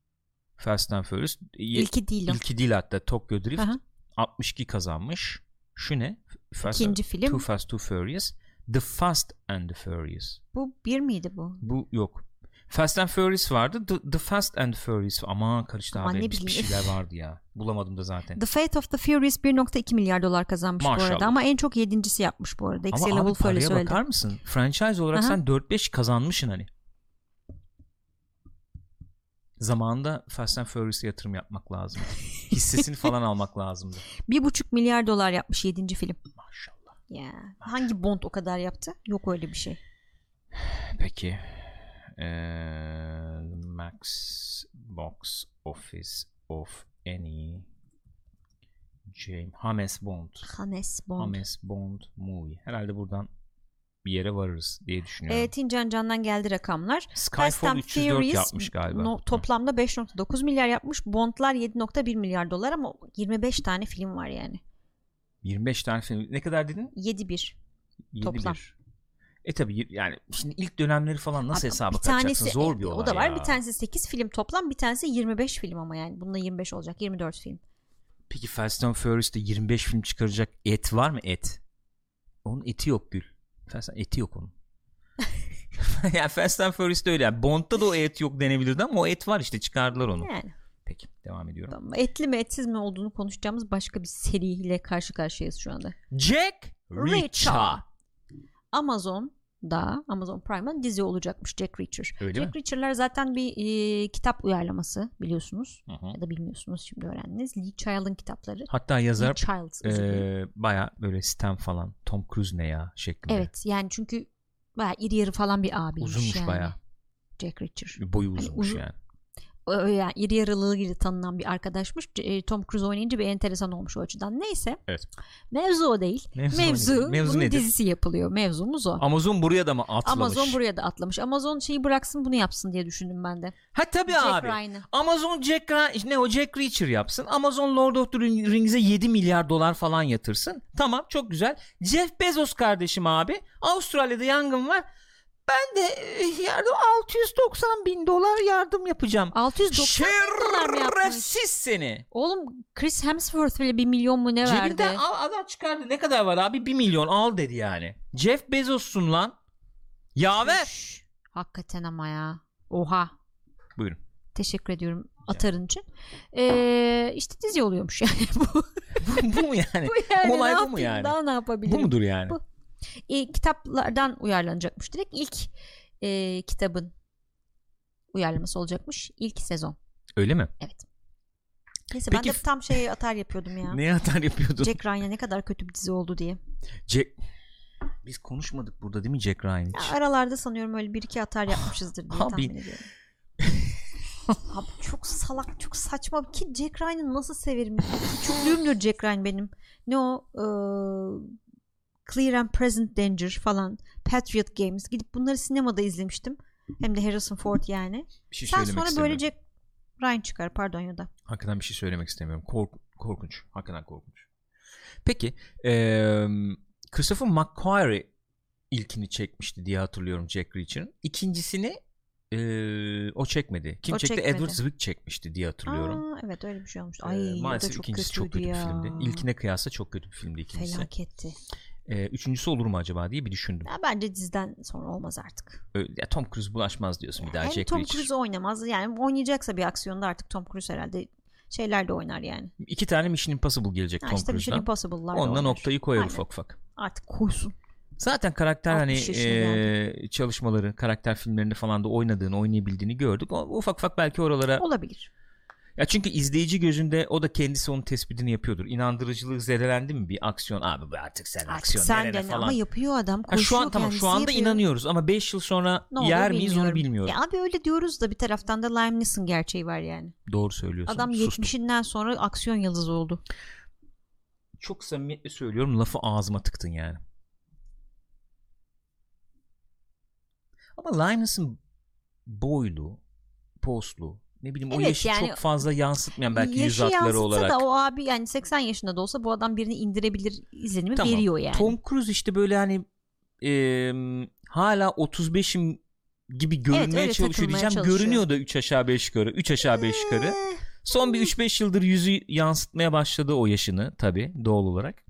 [SPEAKER 1] Fast and Furious. Ye-
[SPEAKER 2] İlki değil o.
[SPEAKER 1] ilki değil hatta Tokyo Drift
[SPEAKER 2] Aha.
[SPEAKER 1] 62 kazanmış. Şu ne? Fast
[SPEAKER 2] İkinci film.
[SPEAKER 1] Too Fast Too Furious. The Fast and the Furious.
[SPEAKER 2] Bu bir miydi bu?
[SPEAKER 1] Bu yok. Fast and Furious vardı. The, The Fast and Furious. Aman karıştı
[SPEAKER 2] Aman
[SPEAKER 1] abi.
[SPEAKER 2] ne
[SPEAKER 1] Bir
[SPEAKER 2] bileyim.
[SPEAKER 1] şeyler vardı ya. Bulamadım da zaten.
[SPEAKER 2] The Fate of the Furious 1.2 milyar dolar kazanmış bu
[SPEAKER 1] Maşallah.
[SPEAKER 2] arada ama en çok yedincisi yapmış bu arada. Excel
[SPEAKER 1] Ama abi
[SPEAKER 2] Wolf öyle
[SPEAKER 1] paraya
[SPEAKER 2] söyledi.
[SPEAKER 1] bakar mısın? Franchise olarak
[SPEAKER 2] Aha.
[SPEAKER 1] sen 4-5 kazanmışsın hani. Zamanında Fast and Furious'a yatırım yapmak lazım. Hissesini falan almak lazımdı.
[SPEAKER 2] 1.5 milyar dolar yapmış 7. film.
[SPEAKER 1] Maşallah.
[SPEAKER 2] Ya hangi Bond o kadar yaptı? Yok öyle bir şey.
[SPEAKER 1] Peki. Ee, max box office of any James James Bond.
[SPEAKER 2] Hannes Bond.
[SPEAKER 1] Ames Bond movie. Herhalde buradan bir yere varırız diye düşünüyorum.
[SPEAKER 2] E, Tincan Can'dan geldi rakamlar. Fast
[SPEAKER 1] Skyfall
[SPEAKER 2] and
[SPEAKER 1] 304
[SPEAKER 2] Furious
[SPEAKER 1] yapmış galiba.
[SPEAKER 2] no- toplamda 5.9 milyar yapmış. Bond'lar 7.1 milyar dolar ama 25 tane film var yani.
[SPEAKER 1] 25 tane film. Ne kadar dedin?
[SPEAKER 2] 7-1.
[SPEAKER 1] 7
[SPEAKER 2] Toplam.
[SPEAKER 1] E tabi yani şimdi ilk dönemleri falan nasıl
[SPEAKER 2] Abi,
[SPEAKER 1] hesaba
[SPEAKER 2] bir tanesi,
[SPEAKER 1] katacaksın? Zor bir
[SPEAKER 2] e,
[SPEAKER 1] olay
[SPEAKER 2] O da var.
[SPEAKER 1] ya.
[SPEAKER 2] Bir tanesi 8 film toplam, bir tanesi 25 film ama yani. Bununla 25 olacak. 24 film.
[SPEAKER 1] Peki Fast and Furious'ta 25 film çıkaracak et var mı et? Onun eti yok Gül. Fast eti yok onun. yani Fast and Furious'ta öyle. Yani Bond'da da o et yok denebilirdi ama o et var işte çıkardılar onu.
[SPEAKER 2] Yani.
[SPEAKER 1] Peki devam ediyorum.
[SPEAKER 2] tamam. Etli mi etsiz mi olduğunu konuşacağımız başka bir seriyle karşı karşıyayız şu anda.
[SPEAKER 1] Jack
[SPEAKER 2] Reacher.
[SPEAKER 1] Reacher.
[SPEAKER 2] Amazon da Amazon Prime'dan dizi olacakmış Jack Reacher.
[SPEAKER 1] Öyle
[SPEAKER 2] Jack
[SPEAKER 1] mi?
[SPEAKER 2] Reacher'lar zaten bir e, kitap uyarlaması biliyorsunuz.
[SPEAKER 1] Hı hı.
[SPEAKER 2] Ya da bilmiyorsunuz şimdi öğrendiniz. Lee Child'ın kitapları.
[SPEAKER 1] Hatta
[SPEAKER 2] Lee
[SPEAKER 1] yazar
[SPEAKER 2] Child. özür dilerim.
[SPEAKER 1] e, baya böyle sistem falan Tom Cruise ne ya şeklinde.
[SPEAKER 2] evet yani çünkü baya iri yarı falan bir abiymiş
[SPEAKER 1] Uzunmuş
[SPEAKER 2] yani.
[SPEAKER 1] bayağı.
[SPEAKER 2] Jack Reacher.
[SPEAKER 1] Boyu uzunmuş
[SPEAKER 2] uzun-
[SPEAKER 1] yani.
[SPEAKER 2] Ö- ö- yani iri yarılığıyla tanınan bir arkadaşmış. C- e, Tom Cruise oynayınca bir enteresan olmuş o açıdan. Neyse.
[SPEAKER 1] Evet.
[SPEAKER 2] Mevzu o değil.
[SPEAKER 1] Mevzu
[SPEAKER 2] Mevzu,
[SPEAKER 1] o değil. Mevzu
[SPEAKER 2] bunun
[SPEAKER 1] nedir?
[SPEAKER 2] dizisi yapılıyor. Mevzumuz o.
[SPEAKER 1] Amazon buraya da mı atlamış?
[SPEAKER 2] Amazon buraya da atlamış. Amazon şeyi bıraksın bunu yapsın diye düşündüm ben de.
[SPEAKER 1] Ha tabii
[SPEAKER 2] Jack
[SPEAKER 1] abi.
[SPEAKER 2] Ryan'ı.
[SPEAKER 1] Amazon Jack Ryan, ne o Jack Reacher yapsın. Amazon Lord of the Rings'e 7 milyar dolar falan yatırsın. Tamam çok güzel. Jeff Bezos kardeşim abi. Avustralya'da yangın var. Ben de e, yardım 690 bin dolar yardım yapacağım.
[SPEAKER 2] 690 bin dolar mı yapmış?
[SPEAKER 1] Şerefsiz seni.
[SPEAKER 2] Oğlum Chris Hemsworth bile bir milyon mu ne verdi?
[SPEAKER 1] Cebinden al, adam çıkardı. Ne kadar var abi? 1 milyon al dedi yani. Jeff Bezos'sun lan. Yaver.
[SPEAKER 2] Üş, Hakikaten ama ya. Oha.
[SPEAKER 1] Buyurun.
[SPEAKER 2] Teşekkür ediyorum atarın için. Ee, işte dizi oluyormuş yani bu.
[SPEAKER 1] bu, bu mu yani?
[SPEAKER 2] bu yani
[SPEAKER 1] Olay
[SPEAKER 2] ne
[SPEAKER 1] bu mu
[SPEAKER 2] yapayım,
[SPEAKER 1] yani?
[SPEAKER 2] Daha ne
[SPEAKER 1] bu
[SPEAKER 2] yapabilirim?
[SPEAKER 1] mudur yani?
[SPEAKER 2] Bu- E, kitaplardan uyarlanacakmış. Direkt ilk e, kitabın uyarlaması olacakmış. İlk sezon.
[SPEAKER 1] Öyle mi?
[SPEAKER 2] Neyse ben
[SPEAKER 1] Peki-
[SPEAKER 2] de tam şeye atar yapıyordum ya.
[SPEAKER 1] Neye atar yapıyordun?
[SPEAKER 2] Jack Ryan'a ne kadar kötü bir dizi oldu diye.
[SPEAKER 1] Jack biz konuşmadık burada değil mi Jack Ryan
[SPEAKER 2] Ya
[SPEAKER 1] için?
[SPEAKER 2] aralarda sanıyorum öyle bir iki atar yapmışızdır diye
[SPEAKER 1] Abi.
[SPEAKER 2] tahmin ediyorum. Abi çok salak, çok saçma. Ki Jack Ryan'ı nasıl severim? Küçüklüğümdür Jack Ryan benim. Ne o? Ee, Clear and Present Danger falan. Patriot Games. Gidip bunları sinemada izlemiştim. Hem de Harrison Ford yani.
[SPEAKER 1] Bir şey
[SPEAKER 2] Sen
[SPEAKER 1] söylemek
[SPEAKER 2] sonra
[SPEAKER 1] istemiyorum.
[SPEAKER 2] böyle Jack Ryan çıkar. Pardon ya da.
[SPEAKER 1] Hakikaten bir şey söylemek istemiyorum. Kork- korkunç. Hakikaten korkunç. Peki eee Christopher McQuarrie ilkini çekmişti diye hatırlıyorum Jack Reacher'ın. İkincisini eee, o çekmedi. Kim
[SPEAKER 2] O
[SPEAKER 1] çekti?
[SPEAKER 2] çekmedi.
[SPEAKER 1] Edward Zwick çekmişti diye hatırlıyorum.
[SPEAKER 2] Aa, evet öyle bir şey olmuştu.
[SPEAKER 1] Eee,
[SPEAKER 2] Ay o da
[SPEAKER 1] maalesef
[SPEAKER 2] çok
[SPEAKER 1] ikincisi
[SPEAKER 2] kötüydü
[SPEAKER 1] çok kötü bir
[SPEAKER 2] ya.
[SPEAKER 1] filmdi. İlkine kıyasla çok kötü bir filmdi ikincisi.
[SPEAKER 2] Felaketti.
[SPEAKER 1] Eee, üçüncüsü olur mu acaba diye bir düşündüm.
[SPEAKER 2] Ya bence diziden sonra olmaz artık.
[SPEAKER 1] Öyle- ya Tom Cruise bulaşmaz diyorsun bir daha
[SPEAKER 2] Hem
[SPEAKER 1] Jack
[SPEAKER 2] Tom
[SPEAKER 1] Reacher.
[SPEAKER 2] Cruise oynamaz. Yani oynayacaksa bir aksiyonda artık Tom Cruise herhalde şeyler de oynar yani.
[SPEAKER 1] İki tane Mission Impossible gelecek
[SPEAKER 2] Ha
[SPEAKER 1] Tom
[SPEAKER 2] işte Mission
[SPEAKER 1] Cruise'dan.
[SPEAKER 2] Impossible'lar da
[SPEAKER 1] Ondan
[SPEAKER 2] oynar.
[SPEAKER 1] noktayı koyar
[SPEAKER 2] Aynen.
[SPEAKER 1] ufak ufak.
[SPEAKER 2] Artık koysun.
[SPEAKER 1] Zaten karakter hani
[SPEAKER 2] 60 yaşına
[SPEAKER 1] eee, çalışmaları, karakter filmlerinde falan da oynadığını, oynayabildiğini gördük. O, ufak ufak belki oralara
[SPEAKER 2] Olabilir.
[SPEAKER 1] ya çünkü izleyici gözünde o da kendisi onun tespitini yapıyordur. İnandırıcılığı zedelendi mi bir aksiyon abi bu artık sen
[SPEAKER 2] Artık
[SPEAKER 1] aksiyon
[SPEAKER 2] sen
[SPEAKER 1] nerede
[SPEAKER 2] dene
[SPEAKER 1] falan.
[SPEAKER 2] ama yapıyor adam.
[SPEAKER 1] Ha,
[SPEAKER 2] Koşuyor
[SPEAKER 1] şu an tamam
[SPEAKER 2] kendisi
[SPEAKER 1] şu anda
[SPEAKER 2] yapıyor.
[SPEAKER 1] inanıyoruz ama 5 yıl sonra
[SPEAKER 2] Ne olur
[SPEAKER 1] yer miyiz onu bilmiyorum.
[SPEAKER 2] Ya abi öyle diyoruz da bir taraftan da Liam Neeson gerçeği var yani.
[SPEAKER 1] Doğru söylüyorsun.
[SPEAKER 2] Adam
[SPEAKER 1] Sustum.
[SPEAKER 2] 70'inden sonra aksiyon yıldızı oldu.
[SPEAKER 1] Çok samimiyetle söylüyorum lafı ağzıma tıktın yani. Ama Liam Neeson boylu, poslu, ne bileyim o
[SPEAKER 2] Evet,
[SPEAKER 1] yaşı
[SPEAKER 2] yani-
[SPEAKER 1] çok fazla yansıtmayan belki yüz
[SPEAKER 2] Yaşı
[SPEAKER 1] hatları
[SPEAKER 2] yansıtsa
[SPEAKER 1] olarak.
[SPEAKER 2] da o abi yani 80 yaşında da olsa bu adam birini indirebilir izlenimi
[SPEAKER 1] Tamam.
[SPEAKER 2] veriyor yani.
[SPEAKER 1] Tom Cruise işte böyle hani em, hala 35'im gibi görünmeye
[SPEAKER 2] öyle
[SPEAKER 1] çalışıyor
[SPEAKER 2] takılmaya
[SPEAKER 1] diyeceğim.
[SPEAKER 2] çalışıyor.
[SPEAKER 1] Görünüyor da 3 aşağı 5 yukarı. 3 aşağı 5 yukarı.
[SPEAKER 2] Eh,
[SPEAKER 1] Son bir 3-5 yıldır yüzü yansıtmaya başladı o yaşını tabi doğal olarak.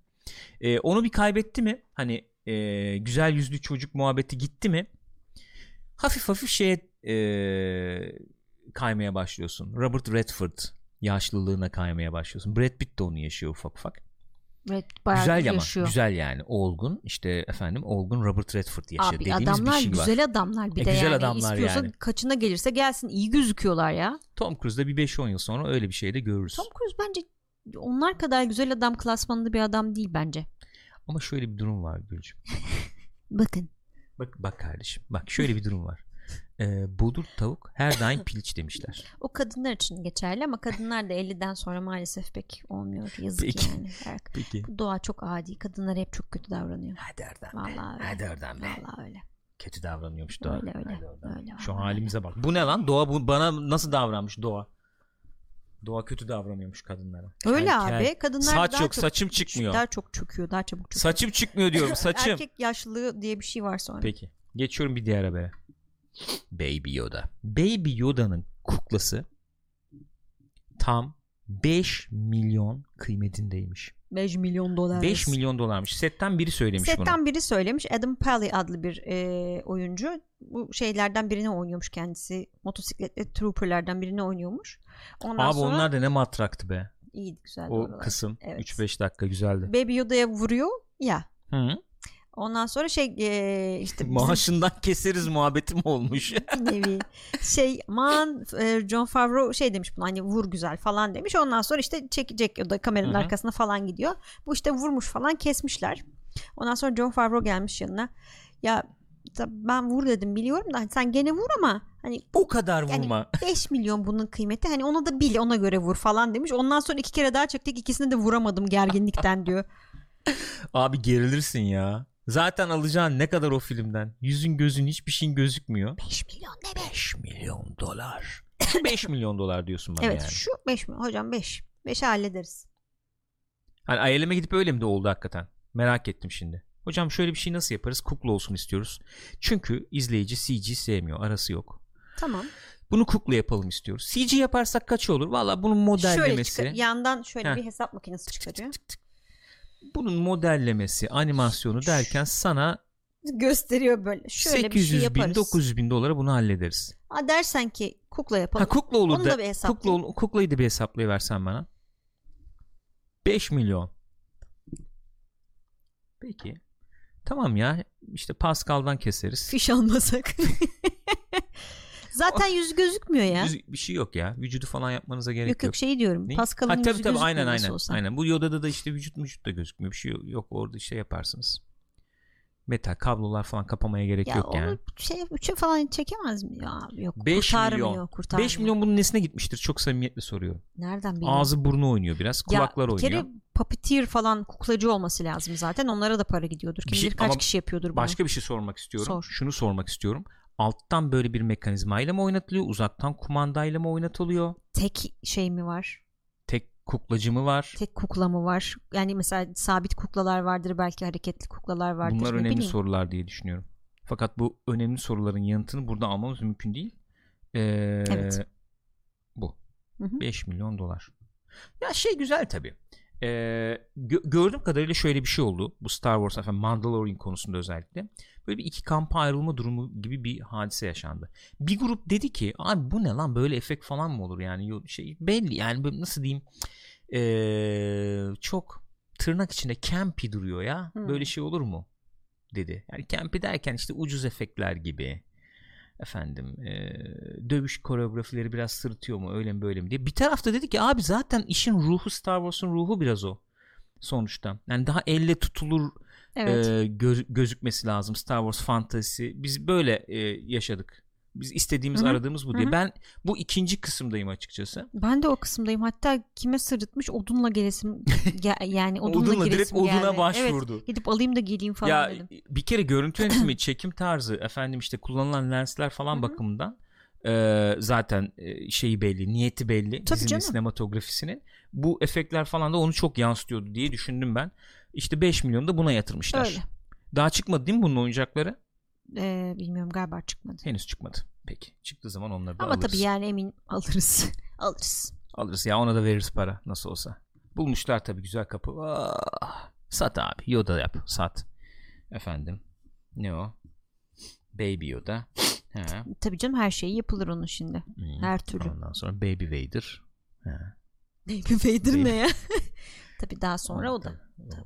[SPEAKER 1] Ee, onu bir kaybetti mi? Hani e, güzel yüzlü çocuk muhabbeti gitti mi? Hafif hafif şeye e, kaymaya başlıyorsun. Robert Redford yaşlılığına kaymaya başlıyorsun. Brad Pitt de onu yaşıyor ufak ufak.
[SPEAKER 2] Evet, bayağı
[SPEAKER 1] güzel ama
[SPEAKER 2] yaşıyor.
[SPEAKER 1] güzel yani olgun işte efendim olgun Robert Redford yaşıyor
[SPEAKER 2] Abi
[SPEAKER 1] dediğimiz
[SPEAKER 2] adamlar
[SPEAKER 1] bir şey var.
[SPEAKER 2] güzel adamlar bir
[SPEAKER 1] E,
[SPEAKER 2] de
[SPEAKER 1] güzel
[SPEAKER 2] yani
[SPEAKER 1] adamlar
[SPEAKER 2] istiyorsa
[SPEAKER 1] yani.
[SPEAKER 2] kaçına gelirse gelsin iyi gözüküyorlar ya.
[SPEAKER 1] Tom Cruise'da bir 5-10 yıl sonra öyle bir şey de görürüz.
[SPEAKER 2] Tom Cruise bence onlar kadar güzel adam klasmanında bir adam değil bence.
[SPEAKER 1] Ama şöyle bir durum var Gülcüm.
[SPEAKER 2] Bakın
[SPEAKER 1] Bak bak kardeşim. Bak şöyle bir durum var. Ee, bodur tavuk her daim piliç demişler.
[SPEAKER 2] o kadınlar için geçerli ama kadınlar da 50'den sonra maalesef pek olmuyor yazık
[SPEAKER 1] Peki.
[SPEAKER 2] yani. Erk-
[SPEAKER 1] Peki.
[SPEAKER 2] Bu doğa çok adi kadınlar hep çok kötü davranıyor.
[SPEAKER 1] Hadi oradan be.
[SPEAKER 2] Vallahi öyle.
[SPEAKER 1] Hadi oradan be.
[SPEAKER 2] Vallahi öyle.
[SPEAKER 1] Kötü davranıyormuş doğa.
[SPEAKER 2] Öyle, öyle.
[SPEAKER 1] Hadi oradan.
[SPEAKER 2] Öyle,
[SPEAKER 1] Şu
[SPEAKER 2] vallahi
[SPEAKER 1] halimize bak. Bu ne lan? Doğa bu, bana nasıl davranmış doğa? Doğa kötü davranıyormuş kadınlara.
[SPEAKER 2] Öyle
[SPEAKER 1] Kel, kel.
[SPEAKER 2] abi kadınlar
[SPEAKER 1] Saç
[SPEAKER 2] daha
[SPEAKER 1] yok
[SPEAKER 2] çok
[SPEAKER 1] saçım çıkmıyor.
[SPEAKER 2] daha çok çöküyor daha çabuk çöküyor.
[SPEAKER 1] Saçım çıkmıyor diyorum saçım.
[SPEAKER 2] Erkek yaşlılığı diye bir şey var sonra.
[SPEAKER 1] Peki. Geçiyorum bir diğer habere. Baby Yoda. Baby Yoda'nın kuklası tam 5 milyon kıymetindeymiş.
[SPEAKER 2] 5 milyon dolar.
[SPEAKER 1] 5 milyon dolarmış. Setten biri söylemiş bunu.
[SPEAKER 2] Setten biri söylemiş. Adam Pally adlı bir e, oyuncu. Bu şeylerden birine oynuyormuş kendisi. Motosikletli trooperlerden birine oynuyormuş. Ondan
[SPEAKER 1] Abi
[SPEAKER 2] sonra
[SPEAKER 1] onlar da ne matraktı be.
[SPEAKER 2] iyiydi güzeldi
[SPEAKER 1] O
[SPEAKER 2] oralar.
[SPEAKER 1] kısım
[SPEAKER 2] Evet.
[SPEAKER 1] 3-5 dakika güzeldi.
[SPEAKER 2] Baby Yoda'ya vuruyor ya.
[SPEAKER 1] Hı.
[SPEAKER 2] Ondan sonra şey e, işte bizim
[SPEAKER 1] Maaşından keseriz muhabbetim olmuş.
[SPEAKER 2] bir nevi şey man e, John Favreau şey demiş buna hani vur güzel falan demiş. Ondan sonra işte çekecek o da kameranın
[SPEAKER 1] Hı hı.
[SPEAKER 2] arkasına falan gidiyor. Bu işte vurmuş falan kesmişler. Ondan sonra John Favreau gelmiş yanına. Ya ta- ben vur dedim biliyorum da hani sen gene vur ama hani
[SPEAKER 1] o kadar
[SPEAKER 2] Yani-
[SPEAKER 1] vurma.
[SPEAKER 2] 5 milyon bunun kıymeti hani ona da bil ona göre vur falan demiş. Ondan sonra iki kere daha çektik ikisini de vuramadım gerginlikten diyor.
[SPEAKER 1] Abi gerilirsin ya. Zaten alacağın ne kadar o filmden? Yüzün gözün hiçbir şeyin gözükmüyor.
[SPEAKER 2] 5 milyon ne be?
[SPEAKER 1] 5 milyon dolar. 5 milyon dolar diyorsun bana
[SPEAKER 2] Evet
[SPEAKER 1] yani.
[SPEAKER 2] şu 5 milyon hocam 5. 5'e hallederiz.
[SPEAKER 1] Hani ayeleme gidip öyle mi de oldu hakikaten? Merak ettim şimdi. Hocam şöyle bir şey nasıl yaparız? Kukla olsun istiyoruz. Çünkü izleyici CG sevmiyor. Arası yok.
[SPEAKER 2] Tamam.
[SPEAKER 1] Bunu kukla yapalım istiyoruz. CG yaparsak kaç olur? Valla bunun
[SPEAKER 2] Şöyle
[SPEAKER 1] modellemesi.
[SPEAKER 2] çıkar, yandan şöyle
[SPEAKER 1] Heh.
[SPEAKER 2] bir hesap makinesi çıkarıyor.
[SPEAKER 1] bunun modellemesi, animasyonu derken sana
[SPEAKER 2] Gösteriyor böyle. Şöyle
[SPEAKER 1] 800
[SPEAKER 2] bir şey
[SPEAKER 1] bin,
[SPEAKER 2] yaparız.
[SPEAKER 1] 900 bin dolara bunu hallederiz.
[SPEAKER 2] Aa, dersen ki kukla yapalım.
[SPEAKER 1] Ha kukla olur
[SPEAKER 2] Onu
[SPEAKER 1] da.
[SPEAKER 2] da bir hesapla.
[SPEAKER 1] kukla, ol- kuklayı da bir hesaplayıversen bana. 5 milyon. Peki. Tamam ya. işte Pascal'dan keseriz.
[SPEAKER 2] Fiş almasak. Zaten yüz gözükmüyor ya.
[SPEAKER 1] Yüz- bir şey yok ya. Vücudu falan yapmanıza gerek
[SPEAKER 2] yok
[SPEAKER 1] yok.
[SPEAKER 2] yok şey diyorum.
[SPEAKER 1] Ne?
[SPEAKER 2] Pascal'ın
[SPEAKER 1] Ha,
[SPEAKER 2] yüzü
[SPEAKER 1] tabii tabii
[SPEAKER 2] gözükmüyor
[SPEAKER 1] aynen
[SPEAKER 2] nasıl
[SPEAKER 1] aynen.
[SPEAKER 2] olsa.
[SPEAKER 1] Aynen. Bu Yoda'da da işte vücut vücut da gözükmüyor. Bir şey yok, yok. orada işte yaparsınız. Metal kablolar falan kapamaya gerek
[SPEAKER 2] Ya
[SPEAKER 1] yok
[SPEAKER 2] onu
[SPEAKER 1] yani.
[SPEAKER 2] şey 3'e falan çekemez mi? Ya yok
[SPEAKER 1] 5
[SPEAKER 2] kurtarmıyor
[SPEAKER 1] milyon.
[SPEAKER 2] kurtarmıyor.
[SPEAKER 1] 5 milyon bunun nesine gitmiştir? Çok samimiyetle soruyorum.
[SPEAKER 2] Nereden bileyim?
[SPEAKER 1] Ağzı burnu oynuyor biraz. Kulaklar
[SPEAKER 2] ya,
[SPEAKER 1] oynuyor.
[SPEAKER 2] Bir kere puppeteer falan kuklacı olması lazım zaten. Onlara da para gidiyordur. Kim
[SPEAKER 1] Bir şey-
[SPEAKER 2] bilir kaç
[SPEAKER 1] ama
[SPEAKER 2] kişi yapıyordur bunu.
[SPEAKER 1] Başka bir şey sormak istiyorum.
[SPEAKER 2] Sor.
[SPEAKER 1] Şunu sormak istiyorum. Alttan böyle bir mekanizmayla mı oynatılıyor? Uzaktan kumandayla mı oynatılıyor?
[SPEAKER 2] Tek şey mi var?
[SPEAKER 1] Tek kuklacı mı var?
[SPEAKER 2] Tek kukla mı var? Yani mesela sabit kuklalar vardır belki hareketli kuklalar vardır.
[SPEAKER 1] Bunlar
[SPEAKER 2] ne
[SPEAKER 1] önemli
[SPEAKER 2] bileyim.
[SPEAKER 1] sorular diye düşünüyorum. Fakat bu önemli soruların yanıtını burada almamız mümkün değil. Ee,
[SPEAKER 2] Evet.
[SPEAKER 1] Bu.
[SPEAKER 2] Hı hı.
[SPEAKER 1] 5 milyon dolar. Ya şey güzel tabii. Ee, gö- gördüğüm kadarıyla şöyle bir şey oldu. Bu Star Wars efendim Mandalorian konusunda özellikle. Böyle bir iki kampa ayrılma durumu gibi bir hadise yaşandı. Bir grup dedi ki abi bu ne lan böyle efekt falan mı olur yani Yo- şey belli yani böyle nasıl diyeyim ee, çok tırnak içinde campy duruyor ya.
[SPEAKER 2] Hmm.
[SPEAKER 1] Böyle şey olur mu? dedi. Yani campy derken işte ucuz efektler gibi efendim e, dövüş koreografileri biraz sırıtıyor mu öyle mi böyle mi diye. Bir tarafta dedi ki abi zaten işin ruhu Star Wars'un ruhu biraz o sonuçta. Yani daha elle tutulur
[SPEAKER 2] Evet.
[SPEAKER 1] e, göz- gözükmesi lazım Star Wars fantasy. Biz böyle e, yaşadık. Biz istediğimiz
[SPEAKER 2] Hı hı.
[SPEAKER 1] aradığımız bu
[SPEAKER 2] Hı
[SPEAKER 1] diye.
[SPEAKER 2] hı.
[SPEAKER 1] Ben bu ikinci kısımdayım açıkçası.
[SPEAKER 2] Ben de o kısımdayım. Hatta kime sırıtmış odunla gelesim ge- yani odunla,
[SPEAKER 1] Odunla
[SPEAKER 2] giresim
[SPEAKER 1] direkt oduna
[SPEAKER 2] geldi.
[SPEAKER 1] başvurdu.
[SPEAKER 2] Evet, gidip alayım da geleyim falan
[SPEAKER 1] ya
[SPEAKER 2] dedim.
[SPEAKER 1] bir kere görüntü yönetimi, çekim tarzı, efendim işte kullanılan lensler
[SPEAKER 2] Hı
[SPEAKER 1] falan
[SPEAKER 2] hı.
[SPEAKER 1] bakımından e, zaten e, şeyi belli, niyeti belli.
[SPEAKER 2] Tabii
[SPEAKER 1] dizinin
[SPEAKER 2] canım.
[SPEAKER 1] sinematografisinin. Bu efektler falan da onu çok yansıtıyordu diye düşündüm ben. İşte 5 milyon da buna yatırmışlar.
[SPEAKER 2] Öyle.
[SPEAKER 1] Daha çıkmadı değil mi bunun oyuncakları?
[SPEAKER 2] Ee, bilmiyorum galiba çıkmadı.
[SPEAKER 1] Henüz çıkmadı. Peki. Çıktığı zaman onları da
[SPEAKER 2] Ama
[SPEAKER 1] alırız.
[SPEAKER 2] tabii yani emin alırız. alırız.
[SPEAKER 1] Alırız ya ona da veririz para nasıl olsa. Bulmuşlar tabii güzel kapı. Ah, sat abi Yoda yap sat. Efendim ne o? Baby Yoda. Ha.
[SPEAKER 2] Tabii canım her şey yapılır onun şimdi.
[SPEAKER 1] hmm.
[SPEAKER 2] Her türlü.
[SPEAKER 1] Ondan sonra Baby Vader. Ha.
[SPEAKER 2] Baby Vader
[SPEAKER 1] Baby.
[SPEAKER 2] ne ya? tabii daha sonra o da. Tabii. Al-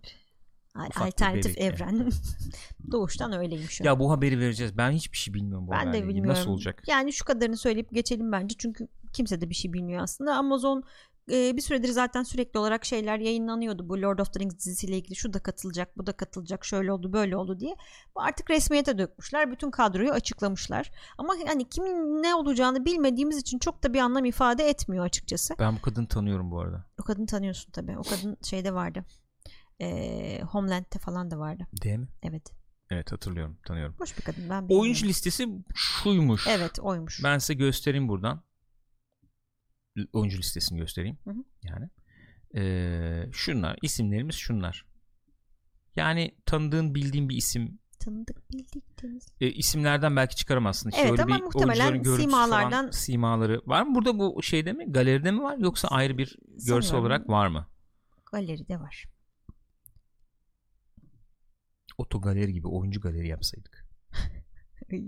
[SPEAKER 1] Ufak bir
[SPEAKER 2] Alternatif
[SPEAKER 1] bebek yani.
[SPEAKER 2] evren. Doğuştan öyleymiş o.
[SPEAKER 1] Ya bu haberi vereceğiz. Ben hiçbir şey bilmiyorum bu
[SPEAKER 2] ben
[SPEAKER 1] haberle
[SPEAKER 2] de
[SPEAKER 1] ilgili.
[SPEAKER 2] bilmiyorum.
[SPEAKER 1] Nasıl olacak?
[SPEAKER 2] Yani şu kadarını söyleyip geçelim bence. Çünkü kimse de bir şey bilmiyor aslında. Amazon e, bir süredir zaten sürekli olarak şeyler yayınlanıyordu. Bu Lord of the Rings dizisiyle ilgili şu da katılacak, bu da katılacak, şöyle oldu, böyle oldu diye. Bu artık resmiyete dökmüşler. Bütün kadroyu açıklamışlar. Ama hani kimin ne olacağını bilmediğimiz için çok da bir anlam ifade etmiyor açıkçası.
[SPEAKER 1] Ben bu kadını tanıyorum bu arada.
[SPEAKER 2] O kadını tanıyorsun tabii. O kadın şeyde vardı. E, Homeland'de falan da vardı.
[SPEAKER 1] Değil mi?
[SPEAKER 2] Evet.
[SPEAKER 1] Evet hatırlıyorum tanıyorum.
[SPEAKER 2] Boş bir kadın. Ben bilmiyorum.
[SPEAKER 1] Oyuncu listesi şuymuş.
[SPEAKER 2] Evet oymuş.
[SPEAKER 1] Ben size göstereyim buradan. L- Oyuncu listesini göstereyim.
[SPEAKER 2] Hı hı.
[SPEAKER 1] Yani. Ee, şunlar. isimlerimiz şunlar. Yani tanıdığın bildiğin bir isim.
[SPEAKER 2] Tanıdık bildik temiz.
[SPEAKER 1] E, isimlerden belki çıkaramazsın. İşte
[SPEAKER 2] Evet
[SPEAKER 1] öyle
[SPEAKER 2] ama
[SPEAKER 1] bir
[SPEAKER 2] muhtemelen
[SPEAKER 1] oyuncuların görüntüsü
[SPEAKER 2] simalardan-
[SPEAKER 1] falan, simaları var mı? Burada bu şeyde mi? Galeride mi var? Yoksa ayrı bir görsel
[SPEAKER 2] Sanıyorum.
[SPEAKER 1] olarak var mı?
[SPEAKER 2] Galeride var.
[SPEAKER 1] Otogaleri gibi oyuncu galeri yapsaydık.
[SPEAKER 2] Ay.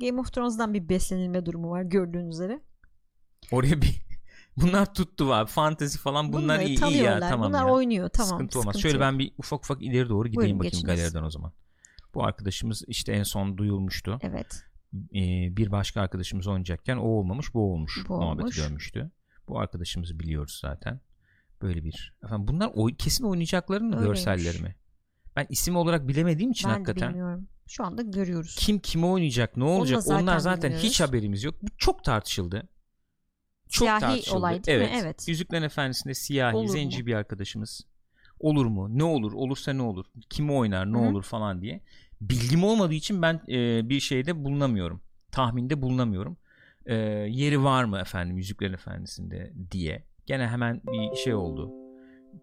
[SPEAKER 2] Game of Thrones'dan bir beslenilme durumu var gördüğünüz üzere.
[SPEAKER 1] Oraya bir Bunlar tuttu abi. Fantasy falan bunlar
[SPEAKER 2] Bunları
[SPEAKER 1] iyi, iyi ya
[SPEAKER 2] tanıyorlar.
[SPEAKER 1] tamam
[SPEAKER 2] Bunlar
[SPEAKER 1] ya.
[SPEAKER 2] oynuyor tamam.
[SPEAKER 1] sıkıntı olmaz. Şöyle
[SPEAKER 2] yok.
[SPEAKER 1] ben bir ufak ufak ileri doğru gideyim
[SPEAKER 2] Buyurun,
[SPEAKER 1] bakayım
[SPEAKER 2] geçiniz.
[SPEAKER 1] galeriden o zaman. Bu arkadaşımız işte en son duyulmuştu.
[SPEAKER 2] Evet.
[SPEAKER 1] Ee, bir başka arkadaşımız oynayacakken o olmamış bu olmuş.
[SPEAKER 2] Bu
[SPEAKER 1] Muhabbeti
[SPEAKER 2] olmuş.
[SPEAKER 1] dönmüştü. Bu arkadaşımızı biliyoruz zaten. Böyle bir. Efendim bunlar oy, kesin oynayacakların mı
[SPEAKER 2] Öyleymiş.
[SPEAKER 1] görselleri mi? Ben isim olarak bilemediğim için
[SPEAKER 2] ben de
[SPEAKER 1] hakikaten
[SPEAKER 2] bilmiyorum. Şu anda görüyoruz.
[SPEAKER 1] kim kime oynayacak ne olacak
[SPEAKER 2] zaten
[SPEAKER 1] onlar zaten hiç
[SPEAKER 2] bilmiyoruz.
[SPEAKER 1] haberimiz yok. Bu çok tartışıldı. Çok
[SPEAKER 2] Siyahi
[SPEAKER 1] tartışıldı.
[SPEAKER 2] olay değil mi?
[SPEAKER 1] evet.
[SPEAKER 2] Evet.
[SPEAKER 1] Yüzüklerin Efendisi'nde siyahi
[SPEAKER 2] Olur
[SPEAKER 1] zenci
[SPEAKER 2] mu?
[SPEAKER 1] bir arkadaşımız. Olur mu? Ne olur? Olursa ne olur? Kim oynar? Ne
[SPEAKER 2] Hı hı.
[SPEAKER 1] olur falan diye. Bilgim olmadığı için ben e, bir şeyde bulunamıyorum. Tahminde bulunamıyorum. E, yeri var mı efendim Yüzüklerin Efendisi'nde diye. Gene hemen bir şey oldu.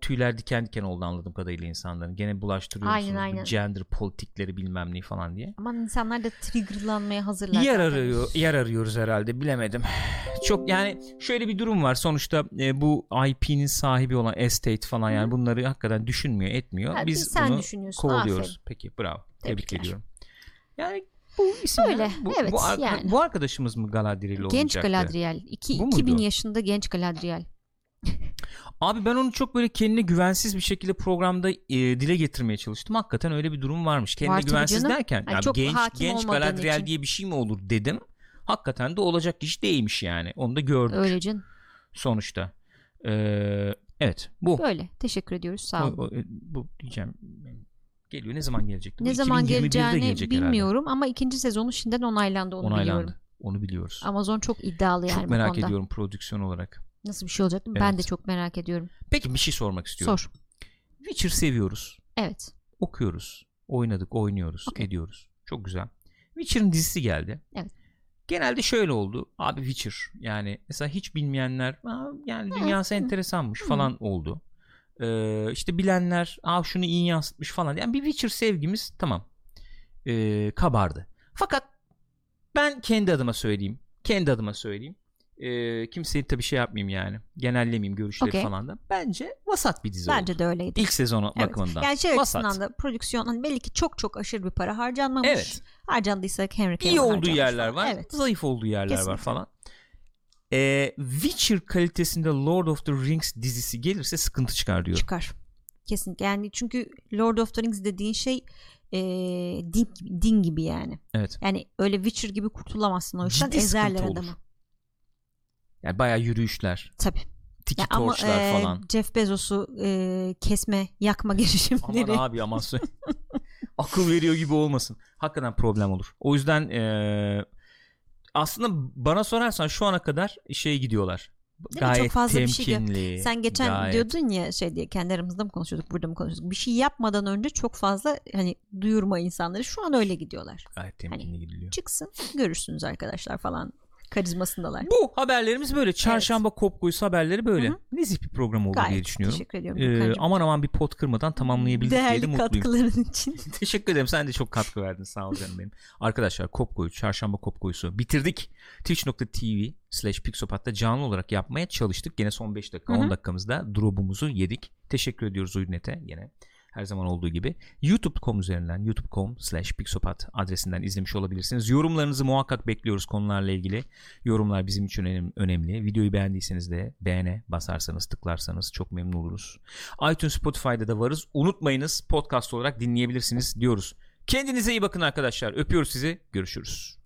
[SPEAKER 1] Tüyler diken diken oldu anladığım kadarıyla insanların. Gene bulaştırıyorsunuz.
[SPEAKER 2] Aynen,
[SPEAKER 1] bu
[SPEAKER 2] aynen.
[SPEAKER 1] Gender politikleri bilmem ne falan diye.
[SPEAKER 2] Ama insanlar da triggerlanmaya hazırlar.
[SPEAKER 1] Yer
[SPEAKER 2] zaten.
[SPEAKER 1] arıyor, yer arıyoruz herhalde bilemedim. Çok yani şöyle bir durum var. Sonuçta e, bu IP'nin sahibi olan estate falan yani bunları hakikaten düşünmüyor, etmiyor.
[SPEAKER 2] Ha,
[SPEAKER 1] Biz
[SPEAKER 2] sen
[SPEAKER 1] bunu
[SPEAKER 2] düşünüyorsun.
[SPEAKER 1] kovalıyoruz.
[SPEAKER 2] Aferin.
[SPEAKER 1] Peki bravo. Tebrik
[SPEAKER 2] Tebrikler.
[SPEAKER 1] ediyorum. Yani bu isimler
[SPEAKER 2] Öyle,
[SPEAKER 1] bu,
[SPEAKER 2] evet,
[SPEAKER 1] bu, ar-
[SPEAKER 2] yani.
[SPEAKER 1] bu arkadaşımız mı Galadriel olacaktı?
[SPEAKER 2] Genç Galadriel. İki,
[SPEAKER 1] Bu muydu?
[SPEAKER 2] 2000 yaşında genç Galadriel.
[SPEAKER 1] Abi ben onu çok böyle kendine güvensiz bir şekilde programda e, dile getirmeye çalıştım. Hakikaten öyle bir durum varmış. Kendine
[SPEAKER 2] Var tabii
[SPEAKER 1] güvensiz
[SPEAKER 2] canım.
[SPEAKER 1] derken
[SPEAKER 2] Hani
[SPEAKER 1] yani
[SPEAKER 2] çok
[SPEAKER 1] genç
[SPEAKER 2] hakim
[SPEAKER 1] genç
[SPEAKER 2] olmadığın
[SPEAKER 1] Galadriel
[SPEAKER 2] için.
[SPEAKER 1] diye bir şey mi olur dedim. Hakikaten de olacak iş değilmiş yani. Onu da gördük.
[SPEAKER 2] Öyle can.
[SPEAKER 1] sonuçta. Ee, evet bu.
[SPEAKER 2] Böyle. Teşekkür ediyoruz. Sağ olun.
[SPEAKER 1] Bu, bu- bu diyeceğim. Geliyor ne zaman gelecekti? Bu
[SPEAKER 2] Ne zaman
[SPEAKER 1] 2021'de
[SPEAKER 2] geleceğini
[SPEAKER 1] gelecek herhalde.
[SPEAKER 2] bilmiyorum ama ikinci sezonu şimdiden onaylandı onu
[SPEAKER 1] Onaylandı.
[SPEAKER 2] biliyorum.
[SPEAKER 1] Onu biliyoruz.
[SPEAKER 2] Amazon çok iddialı yani
[SPEAKER 1] çok
[SPEAKER 2] bu
[SPEAKER 1] merak
[SPEAKER 2] konuda.
[SPEAKER 1] ediyorum prodüksiyon olarak.
[SPEAKER 2] Nasıl bir şey olacak değil mi? Ben
[SPEAKER 1] Evet.
[SPEAKER 2] de çok merak ediyorum.
[SPEAKER 1] Peki bir şey sormak istiyorum.
[SPEAKER 2] Sor.
[SPEAKER 1] Witcher seviyoruz.
[SPEAKER 2] Evet.
[SPEAKER 1] Okuyoruz. Oynadık, oynuyoruz,
[SPEAKER 2] Okey.
[SPEAKER 1] ediyoruz. Çok güzel. Witcher'ın dizisi geldi.
[SPEAKER 2] Evet.
[SPEAKER 1] Genelde şöyle oldu. Abi Witcher yani mesela hiç bilmeyenler "Aa, yani
[SPEAKER 2] Evet,
[SPEAKER 1] dünyası
[SPEAKER 2] hı.
[SPEAKER 1] enteresanmış
[SPEAKER 2] Hı.
[SPEAKER 1] falan oldu. Ee, işte bilenler Aa, şunu iyi yansıtmış falan. Yani bir Witcher sevgimiz tamam ee, kabardı. Fakat ben kendi adıma söyleyeyim. Kendi adıma söyleyeyim. Ee, kimseyi tabii şey yapmayayım yani. Genellemeyeyim görüşleri
[SPEAKER 2] Okey.
[SPEAKER 1] falan da. Bence vasat bir dizi oldu.
[SPEAKER 2] Bence de öyleydi.
[SPEAKER 1] İlk sezonu
[SPEAKER 2] Evet.
[SPEAKER 1] bakımından.
[SPEAKER 2] Yani şey
[SPEAKER 1] vasat.
[SPEAKER 2] açısından da prodüksiyon hani belli ki çok çok aşırı bir para harcanmamış.
[SPEAKER 1] Evet.
[SPEAKER 2] Harcandıysa Henry Cavill
[SPEAKER 1] İyi olduğu
[SPEAKER 2] harcanmış
[SPEAKER 1] yerler
[SPEAKER 2] falan.
[SPEAKER 1] var.
[SPEAKER 2] Evet.
[SPEAKER 1] Zayıf olduğu yerler var
[SPEAKER 2] Kesinlikle.
[SPEAKER 1] falan. Ee, Witcher kalitesinde Lord of the Rings dizisi gelirse sıkıntı çıkar diyor.
[SPEAKER 2] Çıkar. Kesinlikle. Yani çünkü Lord of the Rings dediğin şey eee, din, gibi- din gibi yani.
[SPEAKER 1] Evet.
[SPEAKER 2] Yani öyle Witcher gibi kurtulamazsın o işten.
[SPEAKER 1] Ciddi sıkıntı
[SPEAKER 2] Ezerler
[SPEAKER 1] olur.
[SPEAKER 2] adamı.
[SPEAKER 1] Yani bayağı yürüyüşler,
[SPEAKER 2] Tabii.
[SPEAKER 1] tiki
[SPEAKER 2] Ya ama e,
[SPEAKER 1] torçlar
[SPEAKER 2] eee,
[SPEAKER 1] falan.
[SPEAKER 2] Jeff Bezos'u eee, kesme, yakma
[SPEAKER 1] Aman
[SPEAKER 2] girişimleri.
[SPEAKER 1] abi aman söyle. Akıl veriyor gibi olmasın. Hakikaten problem olur. O yüzden eee, aslında bana sorarsan şu ana kadar şey gidiyorlar.
[SPEAKER 2] Değil mi? Çok
[SPEAKER 1] gayet
[SPEAKER 2] fazla bir şey gö-
[SPEAKER 1] temkinli.
[SPEAKER 2] Sen geçen
[SPEAKER 1] Ee, gayet-
[SPEAKER 2] diyordun ya şey diye kendi aramızda mı konuşuyorduk burada mı konuşuyorduk bir şey yapmadan önce çok fazla hani duyurma insanları şu an öyle gidiyorlar
[SPEAKER 1] gayet temkinli gidiliyor.
[SPEAKER 2] çıksın görürsünüz arkadaşlar falan karizmasındalar
[SPEAKER 1] Bu haberlerimiz böyle. Çarşamba kopkuyusu haberleri böyle.
[SPEAKER 2] Hı hı.
[SPEAKER 1] Nezih bir program oldu diye
[SPEAKER 2] gayet
[SPEAKER 1] düşünüyorum.
[SPEAKER 2] teşekkür ediyorum
[SPEAKER 1] Ee,
[SPEAKER 2] Gökhan'cığım.
[SPEAKER 1] aman aman bir pot kırmadan tamamlayabildik diye de
[SPEAKER 2] değerli
[SPEAKER 1] mutluyum.
[SPEAKER 2] katkıların için
[SPEAKER 1] Teşekkür ederim. Sen de çok katkı verdin. Sağ ol canım benim. Arkadaşlar Kopkoyu, Çarşamba Kopkoyusu bitirdik. Twitch.tv slash Pixopat'ta canlı olarak yapmaya çalıştık. Gene son 5 dakika,
[SPEAKER 2] Hı hı.
[SPEAKER 1] 10 dakikamızda drop'umuzu yedik. Teşekkür ediyoruz Uynet'e gene. Her zaman olduğu gibi. YouTube.com üzerinden youtube.com slash Pixopat adresinden izlemiş olabilirsiniz. Yorumlarınızı muhakkak bekliyoruz konularla ilgili. Yorumlar bizim için önem- önemli. Videoyu beğendiyseniz de beğene basarsanız tıklarsanız çok memnun oluruz iTunes Spotify'da da varız. Unutmayınız podcast olarak dinleyebilirsiniz diyoruz. Kendinize iyi bakın arkadaşlar. Öpüyoruz sizi. Görüşürüz.